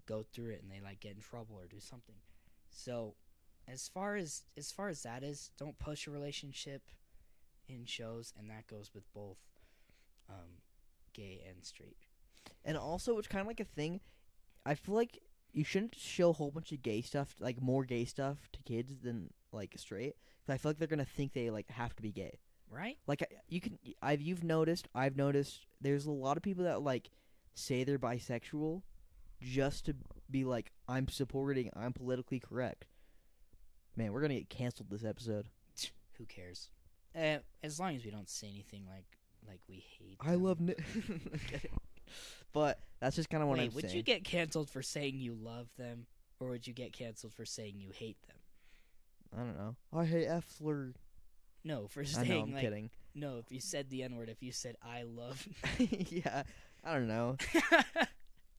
go through it and they like get in trouble or do something. So as far as as far as that is, don't push a relationship in shows and that goes with both um gay and straight. And also, it's kind of like a thing. I feel like you shouldn't show a whole bunch of gay stuff, like more gay stuff to kids than like straight. 'Cause I feel like they're gonna think they like have to be gay. Right? Like I- you can, I've you've noticed, I've noticed. There's a lot of people that like say they're bisexual just to be like, I'm supporting, I'm politically correct. Man, we're gonna get canceled this episode. Who cares? Uh, as long as we don't say anything like like we hate I them. love, *laughs* ni- but that's just kind of what Wait, I'm would saying. you get canceled for saying you love them or would you get canceled for saying you hate them? I don't know. I hate F slur. No, for I saying know, I'm like *laughs* kidding. *laughs* no. If you said the n word, if you said I love, *laughs* yeah, I don't know.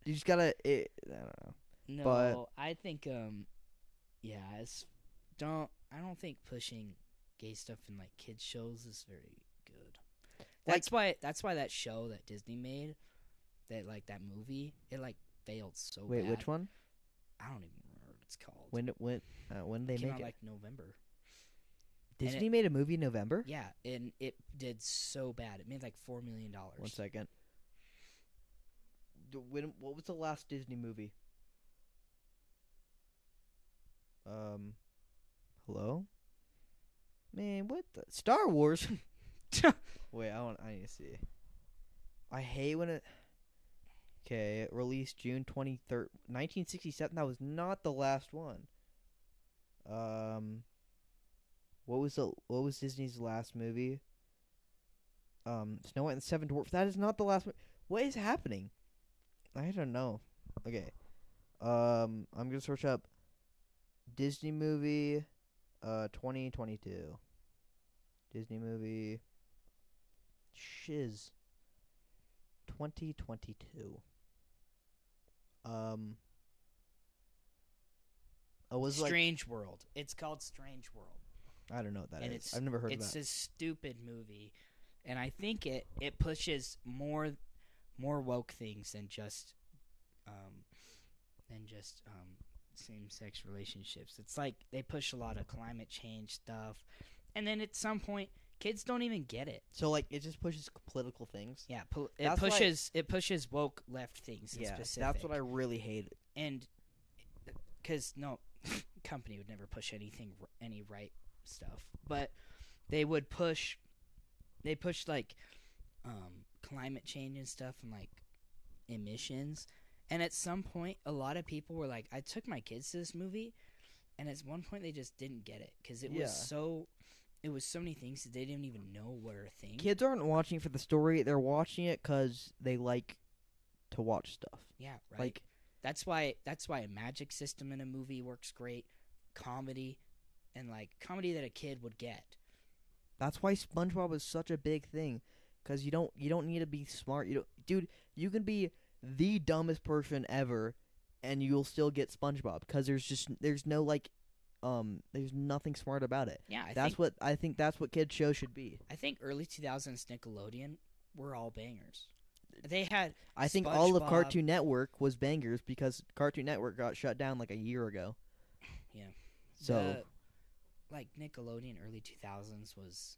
You just gotta. It, I don't know. no, But- I think um, yeah, it's don't. I don't think pushing gay stuff in like kids shows is very good. That's why. That's why that show that Disney made, that like that movie, it like failed so Wait, bad. which one? I don't even remember what it's called. When did- when uh, when did they it came make out it? like November. and Disney made a movie in November. Yeah, and it did so bad. It made like four million dollars. One *laughs* second. The- When what was the last Disney movie? Um, hello. Man, what the Star Wars? *laughs* Wait, I want. I need to see. I hate when it. Okay, released June 23rd, 1967. That was not the last one. Um, what was the what was Disney's last movie? Um, Snow White and the Seven Dwarfs. That is not the last. Mo- what is happening? I don't know. Okay, um, I'm gonna search up Disney movie, uh, 2022. Disney movie. Shiz. 2022. Um. I was like, Strange World. It's called Strange World. I don't know what that and is. it's- I've never heard of it's that. a stupid movie and i think it it pushes more more woke things than just um than just um same sex relationships it's like they push a lot of climate change stuff and then at some point kids don't even get it So like, it just pushes political things. yeah pol- it That's why- pushes it pushes woke left things in specific that's what I really hate. and because no *laughs* company would never push anything r- any right stuff but they would push they push like um climate change and stuff and like emissions and at some point a lot of people were like i took my kids to this movie and at one point they just didn't get it because it Yeah. was so it was so many things that they didn't even know were a thing Kids aren't watching for the story; they're watching it 'cause they like to watch stuff. yeah right Like, That's why that's why a magic system in a movie works great. Comedy and like comedy that a kid would get. That's why SpongeBob is such a big thing, because you don't you don't need to be smart. You don't, dude. You can be the dumbest person ever, and you'll still get SpongeBob because there's just there's no like, um, there's nothing smart about it. Yeah, I that's think what I think. That's what kids shows should be. I think early 2000s Nickelodeon were all bangers. They had I think all of SpongeBob. Cartoon Network was bangers because Cartoon Network got shut down like a year ago. Yeah. So the- like Nickelodeon early 2000s was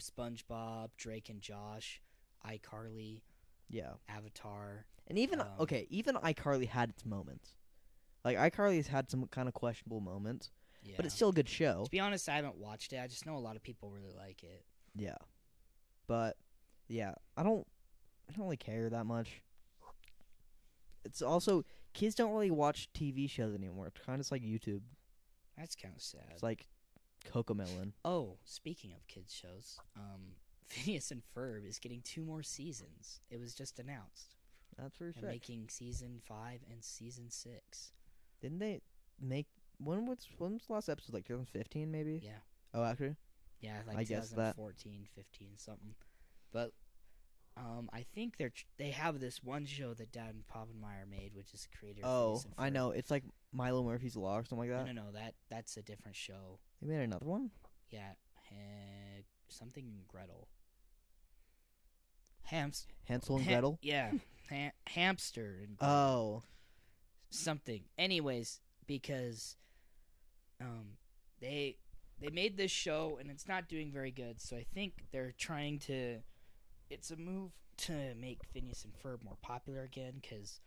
SpongeBob, Drake and Josh, iCarly, yeah, Avatar. and even Um, okay, even iCarly had its moments. Like iCarly has had some kind of questionable moments, Yeah. but it's still a good show. to be honest, I haven't watched it. I just know a lot of people really like it. Yeah. But yeah, I don't I don't really care that much. It's also kids don't really watch TV shows anymore. It's kind of like YouTube. That's kind of sad. It's like Cocomelon. Oh, speaking of kids shows, um, *laughs* Phineas and Ferb is getting two more seasons. It was just announced. That's for They're making season five and season six. Didn't they make when was when was the last episode? Like 2015, maybe. Yeah. Oh, actually, Yeah, like I guess that- 2014, 15, something. But um, I think they're tr- they have this one show that Dan Povenmire made, which is creator. of Oh, Phineas and I Ferb. know. It's like Milo Murphy's Law or something like No, that. no, no. That that's a different show. They made another one. Yeah, eh, something Gretel. Hamster. Hansel and Gretel. Yeah, ha- hamster and Gretel. Oh, something. Anyways, because um they they made this show and it's not doing very good, so I think they're trying to it's a move to make Phineas and Ferb more popular again cuz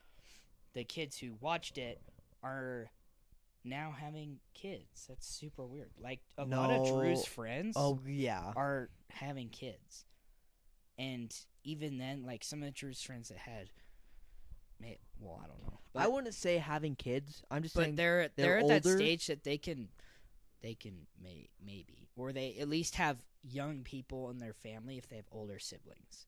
the kids who watched it are now having kids. That's super weird. Like a lot of Drew's No. friends oh yeah. are having kids. And even then, like some of Drew's friends that had, may- well, I don't know. I wouldn't say having kids. I'm just But saying. they're they're, they're at that older. stage that they can, they can may, maybe, or they at least have young people in their family if they have older siblings.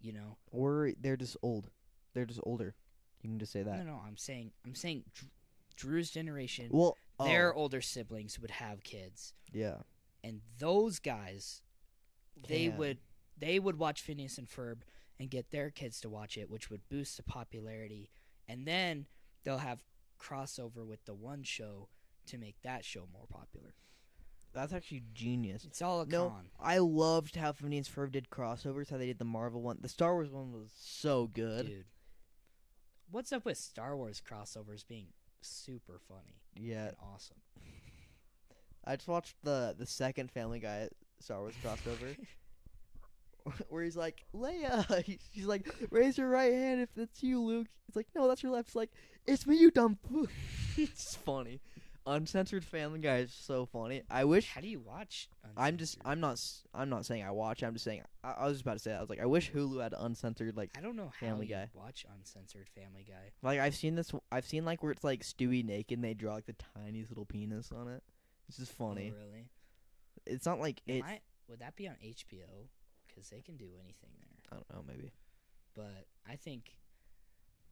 You know, or they're just old. They're just older. You can just say that. no, no, I'm saying I'm saying Dr- Drew's generation, Well, oh, their older siblings would have kids, yeah. and those guys, they Can. would they would watch Phineas and Ferb and get their kids to watch it, which would boost the popularity, and then they'll have crossover with the one show to make that show more popular. That's actually genius. It's all a No. con. I loved how Phineas and Ferb did crossovers. How they did the Marvel one. The Star Wars one was so good. Dude. What's up with Star Wars crossovers being super funny Yeah. and *laughs* awesome? I just watched the the second Family Guy Star Wars *laughs* crossover. Where he's like Leia, *laughs* she's like raise your right hand if it's you, Luke. It's like no, that's your left. It's like it's me, you dumb. fool." *laughs* it's funny. Uncensored Family Guy is so funny. I wish How do you watch? I'm just uncensored? I'm not s- I'm not saying I watch. I'm just saying I, I was just about to say that. I was like I wish Hulu had uncensored like I don't know how Family you Guy. watch uncensored Family Guy. like I've seen this I've seen like where it's like Stewie naked and they draw like the tiniest little penis on it. It's just Oh, funny. really? It's not like Am it. I- would that be on HBO? Because they can do anything there. I don't know. Maybe. But I think,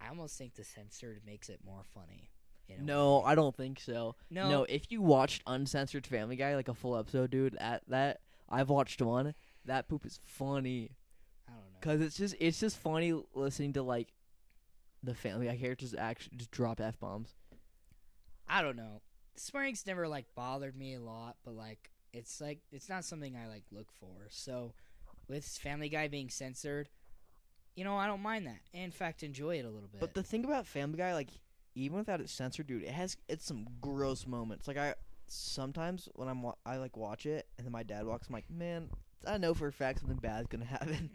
I almost think the censored makes it more funny. in a No, way. I don't think so. no, No. if you watched uncensored Family Guy, like a full episode, dude, at that I've watched one. That poop is funny I don't know. because it's just it's just funny listening to like the Family Guy characters actually just drop f bombs. I don't know. Swearing's never like bothered me a lot, but like it's like it's not something I like look for. So with Family Guy being censored, you know I don't mind that. In fact, enjoy it a little bit. But the thing about Family Guy, like even without it censored, dude, it has it's some gross moments. Like I sometimes when I'm wa- I like watch it and then my dad walks, I'm like, man, I know for a fact something bad's gonna *laughs* happen.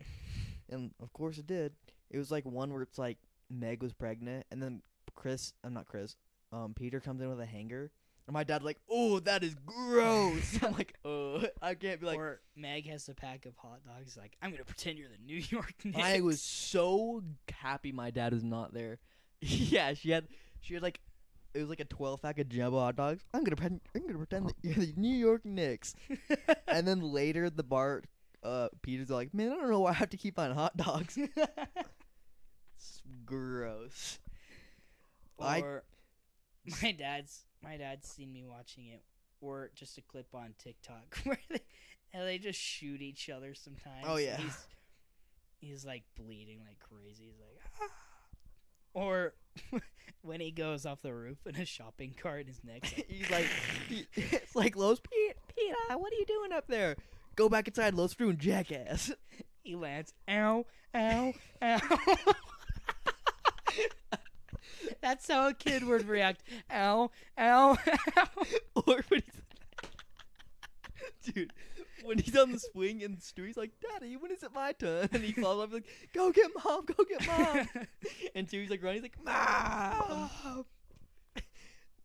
and of course it did. It was like one where it's like Meg was pregnant, and then Chris, I'm not Chris, um, Peter comes in with a hanger, and my dad like, oh, that is gross. *laughs* I'm like, oh, I can't be like. or Meg has a pack of hot dogs. Like I'm gonna pretend you're the New York Knicks. *laughs* I was so happy my dad was not there. *laughs* yeah, she had she had like it was like a twelve pack of jumbo hot dogs. I'm gonna pretend I'm gonna pretend that you're the New York Knicks. and then later at the bar, uh, Peter's like, man, I don't know why I have to keep on hot dogs. *laughs* It's gross. I- or *laughs* my dad's my dad's seen me watching it, or just a clip on TikTok *laughs* where they and they just shoot each other sometimes. Oh, yeah. he's, he's like bleeding like crazy. He's like, "Ah." or *laughs* when he goes off the roof in a shopping cart, and his neck's like, He's like, *laughs* he- it's like Lowe's, Pete, Peter, what are you doing up there? Go back inside, Lowe's, doing jackass. *laughs* he lands, ow, ow, ow. *laughs* That's how a kid would react. Ow, ow, ow. *laughs* or when he's dude when he's on the swing and Stewie's like daddy when is it my turn and he falls off like go get mom go get *laughs* mom and Stewie's like running he's like mom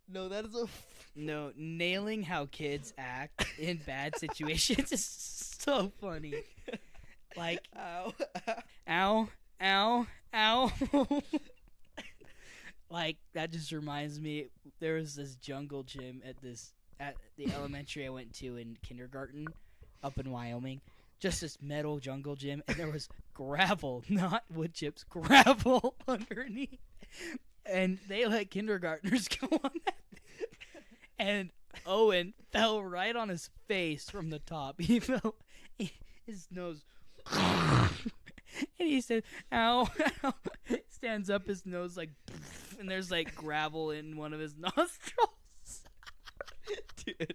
no that is a f- No, nailing how kids act in bad situations is so funny. Like, ow *laughs* ow, ow, ow. *laughs* like, that just reminds me there was this jungle gym at this at the elementary I went to in kindergarten up in Wyoming. Just this metal jungle *laughs* gym and there was gravel, not wood chips, gravel *laughs* underneath. and they let kindergartners *laughs* go on that. And Owen fell right on his face from the top. *laughs* He fell, he, his nose, *laughs* and *laughs* he said, "Ow!" *laughs* ow," Stands up, his nose like, *laughs* and there's like gravel in one of his *laughs* nostrils. Dude.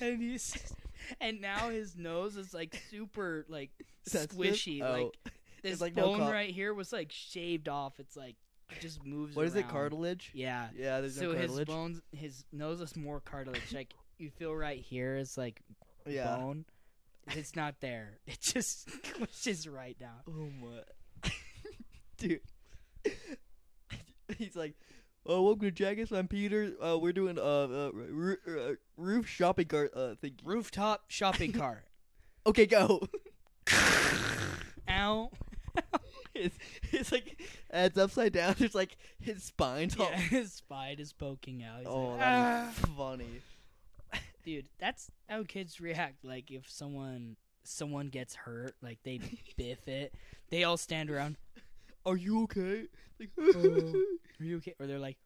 And he's, *laughs* and now his nose is like super like Sensitive? squishy, Oh. like this It's like no bone col- right here was like shaved off. It's like just moves. What is it? around. Cartilage? Yeah. Yeah, there's so no his cartilage. bones, his nose is more cartilage. like you feel right here is like yeah. bone. It's not there. It just *laughs* squishes right down. Oh my, *laughs* dude. *laughs* He's like, "Oh, welcome to Jackass. I'm Peter. Uh, we're doing uh, uh, roo- uh roof shopping cart uh thingy. Rooftop shopping cart. Okay, go. *laughs* Ow. it's, it's like uh, it's upside down. *laughs* It's like his spine's all. *laughs* Yeah, his spine is poking out. He's Oh, like, that's "Ah." funny. dude, that's how kids react. Like if someone someone gets hurt, like *laughs* they biff it, they all stand around. Are you okay? Like, Oh. Are you okay? Or they're like,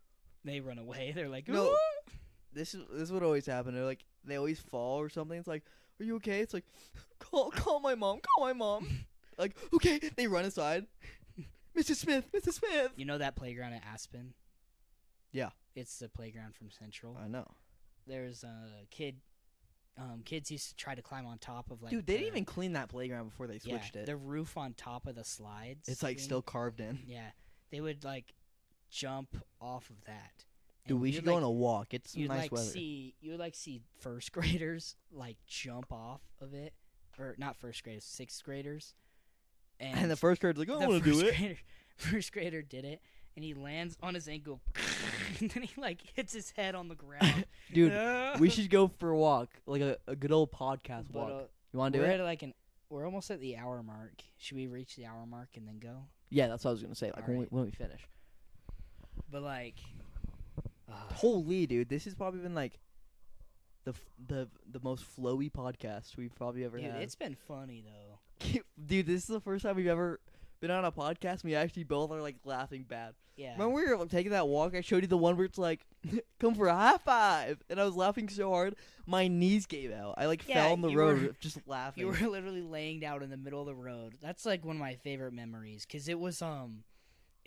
they run away. *laughs* They're like, No. "Ooh." *laughs* this is this would always happen. They're like they always fall or something. It's like, are you okay? It's like, *laughs* call call my mom. Call my mom. *laughs* like, okay. They run *laughs* aside. Mrs. Smith. Mrs. Smith. You know that playground at Aspen? Yeah. Uh. It's the playground from Central. I know. There's a kid. Um, kids used to try to climb on top of like. Dude, they didn't the- even clean that playground before they yeah, switched The it. roof on top of the slides. It's like thing. still carved in. Yeah, they would like jump off of that. Dude, And we you'd, should go on like, a walk. It's You'd nice like weather. see you would like see first *laughs* graders like jump off of it, or not first graders, sixth graders, and, and the first grader's like, I *laughs* the don't want to do first it. Grader, *laughs* first grader did it, and he lands on his ankle, *laughs* and then he like hits his head on the ground. *laughs* *laughs* Dude, we should go for a walk, like a, a good old podcast But, walk. uh, you want to do we're it? at like an. We're almost at the hour mark. Should we reach the hour mark and then go? Yeah, that's what I was gonna say. Like when we Alright. when we finish. But like, ah, Holy dude, this has probably been like the f- the the most flowy podcast we've probably ever dude, had. it's been funny though. *laughs* dude, this is the first time we've ever been on a podcast. and We actually both are like laughing bad. Yeah. Remember we were like, taking that walk? I showed you the one where it's like, *laughs* come for a high five, and I was laughing so hard my knees gave out. I like Yeah, fell on the you road were- just laughing. *laughs* You were literally laying down in the middle of the road. That's like one of my favorite memories because it was um,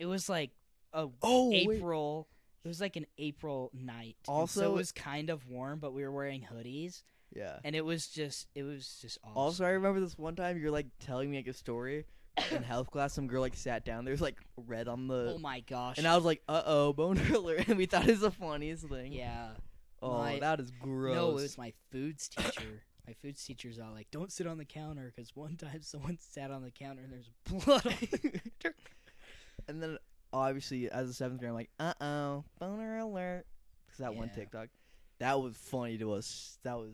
it was like a oh, wait. April. It was like an April night. and so Also- it was kind of warm, but we were wearing hoodies, yeah. and it was just it was just awesome. Also, I remember this one time you're like telling me like a *coughs* story in health class. Some girl like sat down. There's like red on the, oh my gosh! and I was like, uh oh, bone alert, *laughs* and we thought it was the funniest thing. yeah, Oh, my- that is gross. no, it was my foods teacher. my foods teacher's all like, "Don't sit on the counter," because one time *laughs* someone sat on the counter and there's *laughs* blood. on the and then obviously as a seventh grader, I'm like, uh oh, boner alert, because that one Yeah. TikTok, that was funny to us. That was,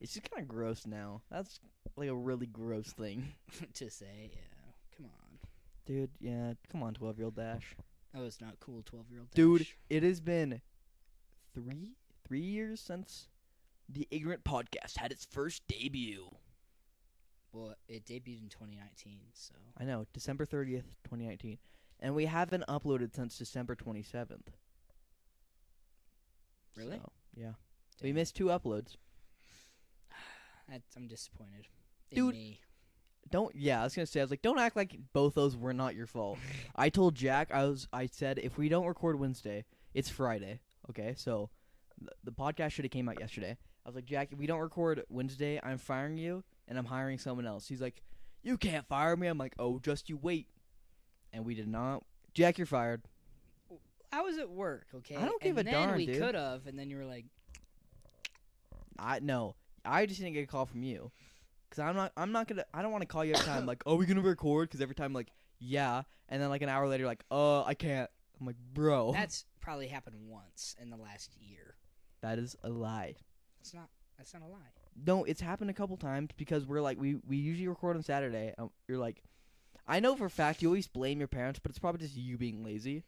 it's just kind of gross now. That's like a really gross thing, to say, yeah, come on, dude. Yeah, come on, twelve year old dash, that was not cool. Twelve year old dude. It has been three three years since the Ignorant Podcast had its first debut. Well, it debuted in 2019, so I know, December 30th, 2019. And we haven't uploaded since December 27th. Really? So, yeah. We Damn. missed two uploads. That's- I'm disappointed. In Dude. me. Don't yeah, I was going to say I was like don't act like both those were not your fault. I told Jack I was I said if we don't record Wednesday, it's Friday, okay? So th- the podcast should have came out yesterday. I was like, "Jack, if we don't record Wednesday, I'm firing you and I'm hiring someone else." He's like, "You can't fire me." I'm like, "Oh, just you wait." And we did not. Jack, you're fired. *laughs* I was at work, okay? don't give and a then darn, we dude. could have, and then you were like, I no. I just didn't get a call from you because I'm not. I'm not gonna. I don't want to call you every time. Like, are we gonna record? Because every time, like, yeah, and then like an hour later, like, uh, I can't. I'm like, bro, that's probably happened once in the last year. that is a lie. That's not. That's not a lie. No, it's happened a couple times because we're like, we we usually record on Saturday. Um, you're like, I know for a fact you always blame your parents, but it's probably just you being lazy.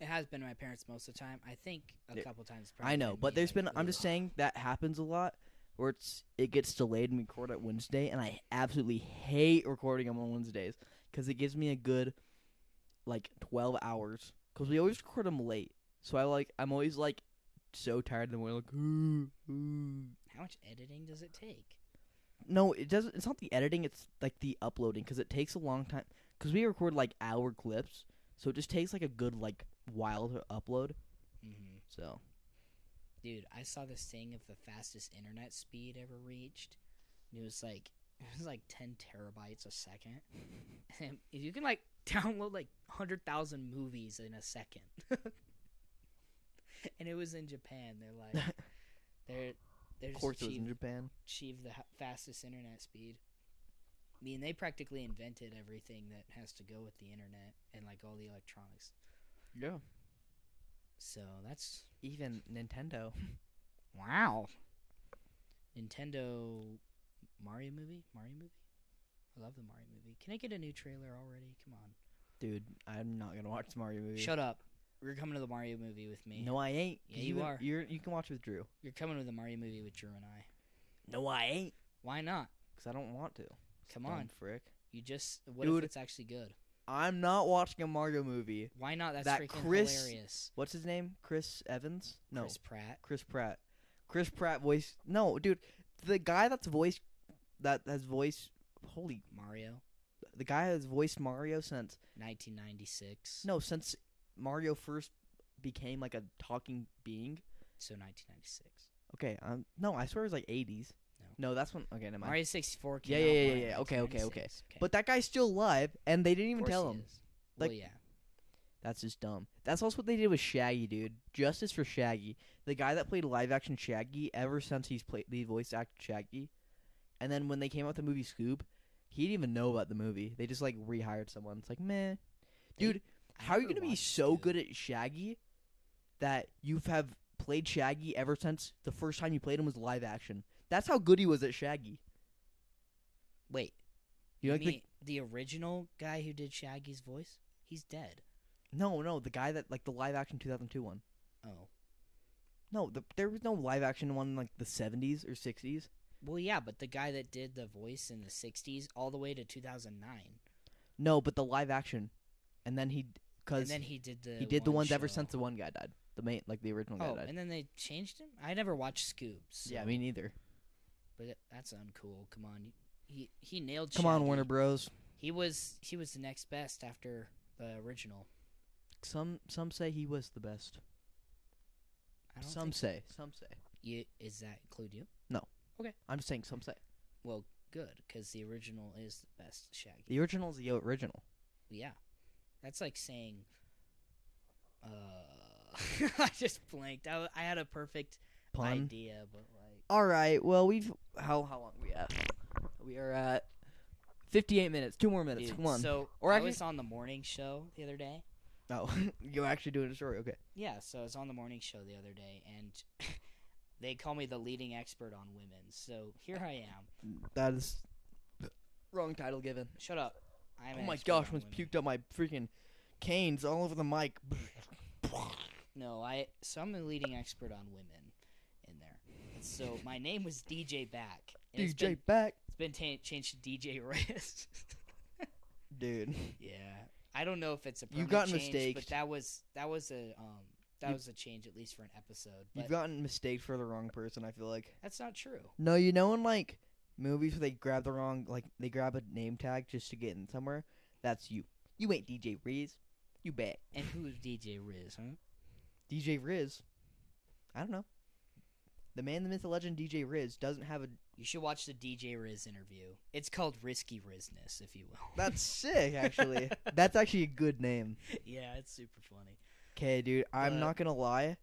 It has been my parents most of the time. I think a Yeah. couple times. I know, but there's there's been. I'm just saying that happens a lot. Where it's it gets delayed and we record it Wednesday, and I absolutely hate recording them on Wednesdays because it gives me a good like 12 hours because we always record them late. So I like I'm always like so tired in the morning. Like, "Ooh, ooh." How much editing does it take? no, it doesn't. It's not the editing. It's like the uploading because it takes a long time. Because we record like hour clips, so it just takes like a good like while to upload. Mm-hmm. So Dude, I saw this thing of the fastest internet speed ever reached. And it was like *laughs* it was like ten terabytes *laughs* a second. And you can like *laughs* download like hundred thousand movies in a second. *laughs* and it was in Japan. They're like *laughs* they're they're of just course it was achieved- in Japan. achieve the h- fastest internet speed. I mean, they practically invented everything that has to go with the internet and like all the electronics. Yeah. So that's Even Nintendo. wow. Nintendo Mario movie, Mario movie. I love the Mario movie. Can I get a new trailer already? Come on. Dude, I'm not gonna watch the Mario movie. Shut up. You're coming to the Mario movie with me. No, I ain't. 'cause Yeah, you and- are. You're, you can watch with Drew. You're coming to the Mario movie with Drew and I. No, I ain't. Why not? Because I don't want to. Come Dumb on. frick. You just what Dude. if it's actually good? I'm not watching a Mario movie. Why not? That's That freaking Chris- hilarious. What's his name? Chris Evans? No, Chris Chris, Pratt. Pratt. Chris Pratt voiced. No, dude, the guy that's voiced that has voiced. Holy, Mario. the guy that's voiced Mario since 1996. no since Mario first became like a talking being. So 1996. Okay, um, no, I swear it was like 80s. No. no that's when. Okay, never mind. Mario 64 came Yeah, out yeah, yeah, when? yeah, yeah. Okay, okay, okay. 1996. But that guy's still alive, and they didn't Of even course tell he him. is. Like- well, yeah. That's just dumb. That's also what they did with Shaggy, dude. Justice for Shaggy, the guy that played live action Shaggy ever since he's played the voice act Shaggy, and then when they came out with the movie Scoob, he didn't even know about the movie. They just like rehired someone. It's like, man, They- dude, how are you gonna be so good at Shaggy that you have played Shaggy ever since the first time you played him was live action? That's how good he was at Shaggy. Wait. You You like the, mean the original guy who did Shaggy's voice? He's dead. no, no, the guy that like the live action 2002 one. Oh. No, the, there was no live action one in like the 70s or 60s. Well, yeah, but the guy that did the voice in the 60s all the way to 2009. No, but the live action, and then he And because then he, he did the did the one ones ever show. since the one guy died, the main like the original guy Oh, died. and then they changed him? I never watched Scoob. So, yeah, me neither. But that- that's uncool. Come on. He he nailed Come on, Shaggy. Warner Bros. He was he was the next best after the original. Some some say he was the best. I don't Some think say. Some say. you is that include you? I'm just saying some say. Well, good because the original is the best Shaggy. The original is the original. yeah, that's like saying. Uh, *laughs* I just blanked. I, w- I had a perfect Pun. idea, but like All right. Well, we've how how long we at? We are at 58 minutes. Two more minutes. Dude, Come on. So Or I I could- was on the morning show the other day. oh, *laughs* you're actually doing a story. Okay. Yeah, so I was on the morning show the other day, and *laughs* they call me the leading expert on women. So here I am. That is wrong title given. Shut up. I'm Oh an my expert gosh, on one's women. puked up my freaking canes all over the mic. No, I so I'm a leading expert on women in there. So my name was DJ Back. and It's DJ been, back, it's been ta- changed to DJ Reyes. *laughs* dude. yeah, I don't know if it's a You permanent got change, but mistaked. that was that was a um that You- was a change at least for an episode. But You've gotten mistaked for the wrong person. I feel like. that's not true. No, you know in like movies where they grab the wrong, like they grab a name tag just to get in somewhere. That's you. You ain't DJ Riz. You back. And who's DJ Riz? Huh? DJ Riz. I don't know. The man, the myth, the legend, DJ Riz doesn't have a. You should watch the DJ Riz interview. It's called Risky Rizness, if you will. That's sick, actually. That's actually a good name. *laughs* yeah, it's super funny. Okay, dude. I'm But- not gonna lie.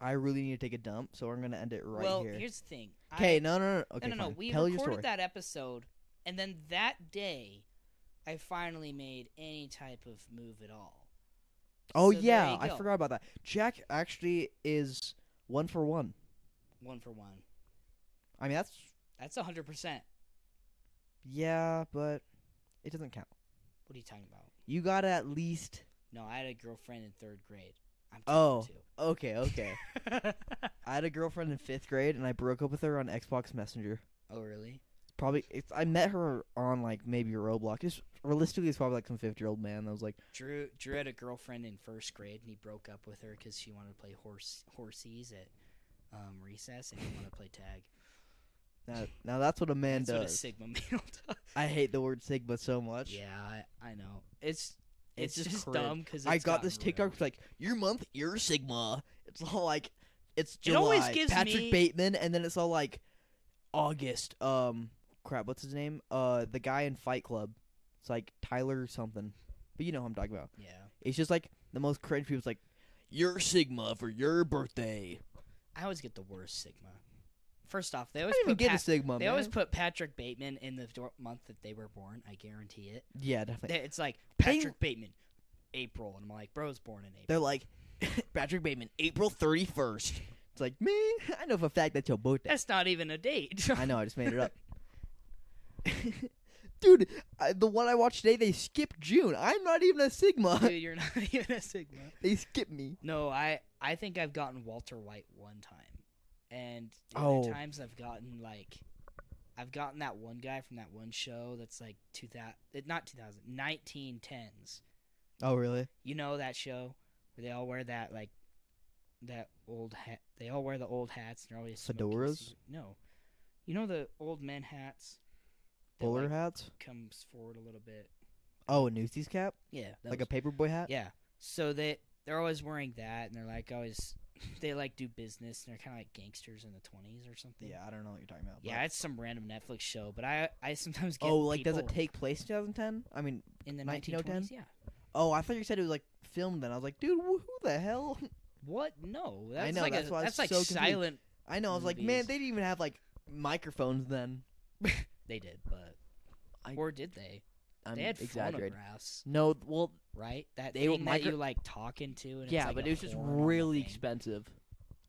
I really need to take a dump, so I'm gonna end it right well, here. here's the thing. I- Okay, no, no, no. Okay, no, no, no. fine. We Tell your story. recorded that episode, and then that day, I finally made any type of move at all. Oh So there yeah, you I go. forgot about that. Jack actually is one for one. One for one. I mean, that's That's hundred percent. yeah, but it doesn't count. What are you talking about? You gotta at least. No, I had a girlfriend in third grade. I'm Oh, talking Okay, *laughs* okay. *laughs* to. I had a girlfriend in fifth grade, and I broke up with her on Xbox Messenger. oh, really? probably it's, I met her on like maybe Roblox. Just realistically, it's probably like some fifty year old man that was like, Drew Drew had a girlfriend in first grade, and he broke up with her because she wanted to play horse horsies at um, recess, and he wanted to play tag. now, now that's what a *laughs* man That's what a does. sigma male *laughs* does. I hate the word sigma so much. Yeah, I, I know. It's It's it's, just just, cringe. dumb because I got this TikTok it's like your month, your sigma. It's all like it's It July. always gives Patrick me- Bateman, and then it's all like August. Um, crap, what's his name? Uh, the guy in Fight Club. It's like Tyler something, but you know who I'm talking about. Yeah, It's just like the most cringe people. It's like your sigma for your birthday. I always get the worst sigma. First off, they I always didn't even put get Pat- a sigma. they man. always put Patrick Bateman in the dor- month that they were born. I guarantee it. yeah, definitely. They- It's like Ping- Patrick Bateman, April, and I'm like, bro's born in April. They're like *laughs* Patrick Bateman, April thirty first. It's like man, I know for a fact that's your birthday. That's not even a date. *laughs* I know, I just made it up. Dude, I, the one I watched today, they skipped June. I'm not even a Sigma. Dude, you're not *laughs* even a sigma. *laughs* they skipped me. No, I I think I've gotten Walter White one time, and the Oh. other times I've gotten like, I've gotten that one guy from that one show that's like two thousand, not two thousand, nineteen tens. Oh, really? You know that show where they all wear that like, that old hat. They all wear the old hats and they're always smoking Fedoras? cigarette- No, you know the old men hats. that, Bowler like, hats? comes forward a little bit. Oh, a Newsies cap? Yeah, Like a paperboy hat? Yeah. So they they're always wearing that, and they're like always *laughs* they like do business, and they're kind of like gangsters in the twenties or something. Yeah, I don't know what you're talking about. Yeah, it's some random Netflix show, but I I sometimes but- get Oh, like, does it people take place in 2010? I mean, in the 1910? 1920s? Yeah. oh, I thought you said it was, like, filmed then. I was like, dude, wh- who the hell? *laughs* What? No, that's know, like that's a, why I was that's like so confused. silent. I know, I was like, man, Movies. they didn't even have, like, microphones then. They did, but I- or did they? I'm they had exaggerating. phonographs, No, well, right? That They they were thing that micro- you like talking to, and it's, yeah, like, but a it was just horn on the really thing. expensive.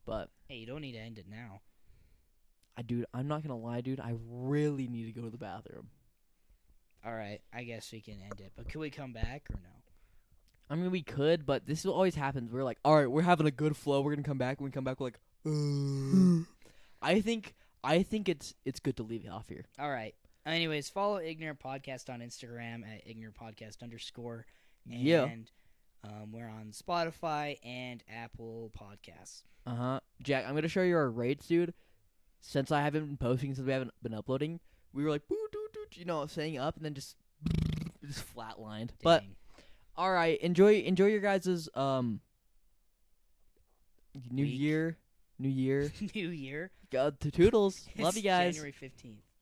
But Hey, you don't need to end it now. I, dude, I'm not gonna lie, dude. I really need to go to the bathroom. All right, I guess we can end it, but could we come back or no? I mean, we could, but this always happens. We're like, all right, we're having a good flow. We're gonna come back. When we come back, we're like, "Uh." I think, I think it's it's good to leave it off here. All right. Anyways, follow Ignorant Podcast on Instagram at ignorant podcast underscore. And, Yeah. Um, we're on Spotify and Apple Podcasts. Uh huh. Jack, I'm gonna show you our rates, dude. Since I haven't been posting, since we haven't been uploading, we were like, boo, doo, doo, you know, saying up and then just *laughs* just flatlined. But Dang. all right, enjoy enjoy your guys' um new Week. year, new year. New Year. *laughs* God, to toodles. Love It's *laughs* you guys. January 15th.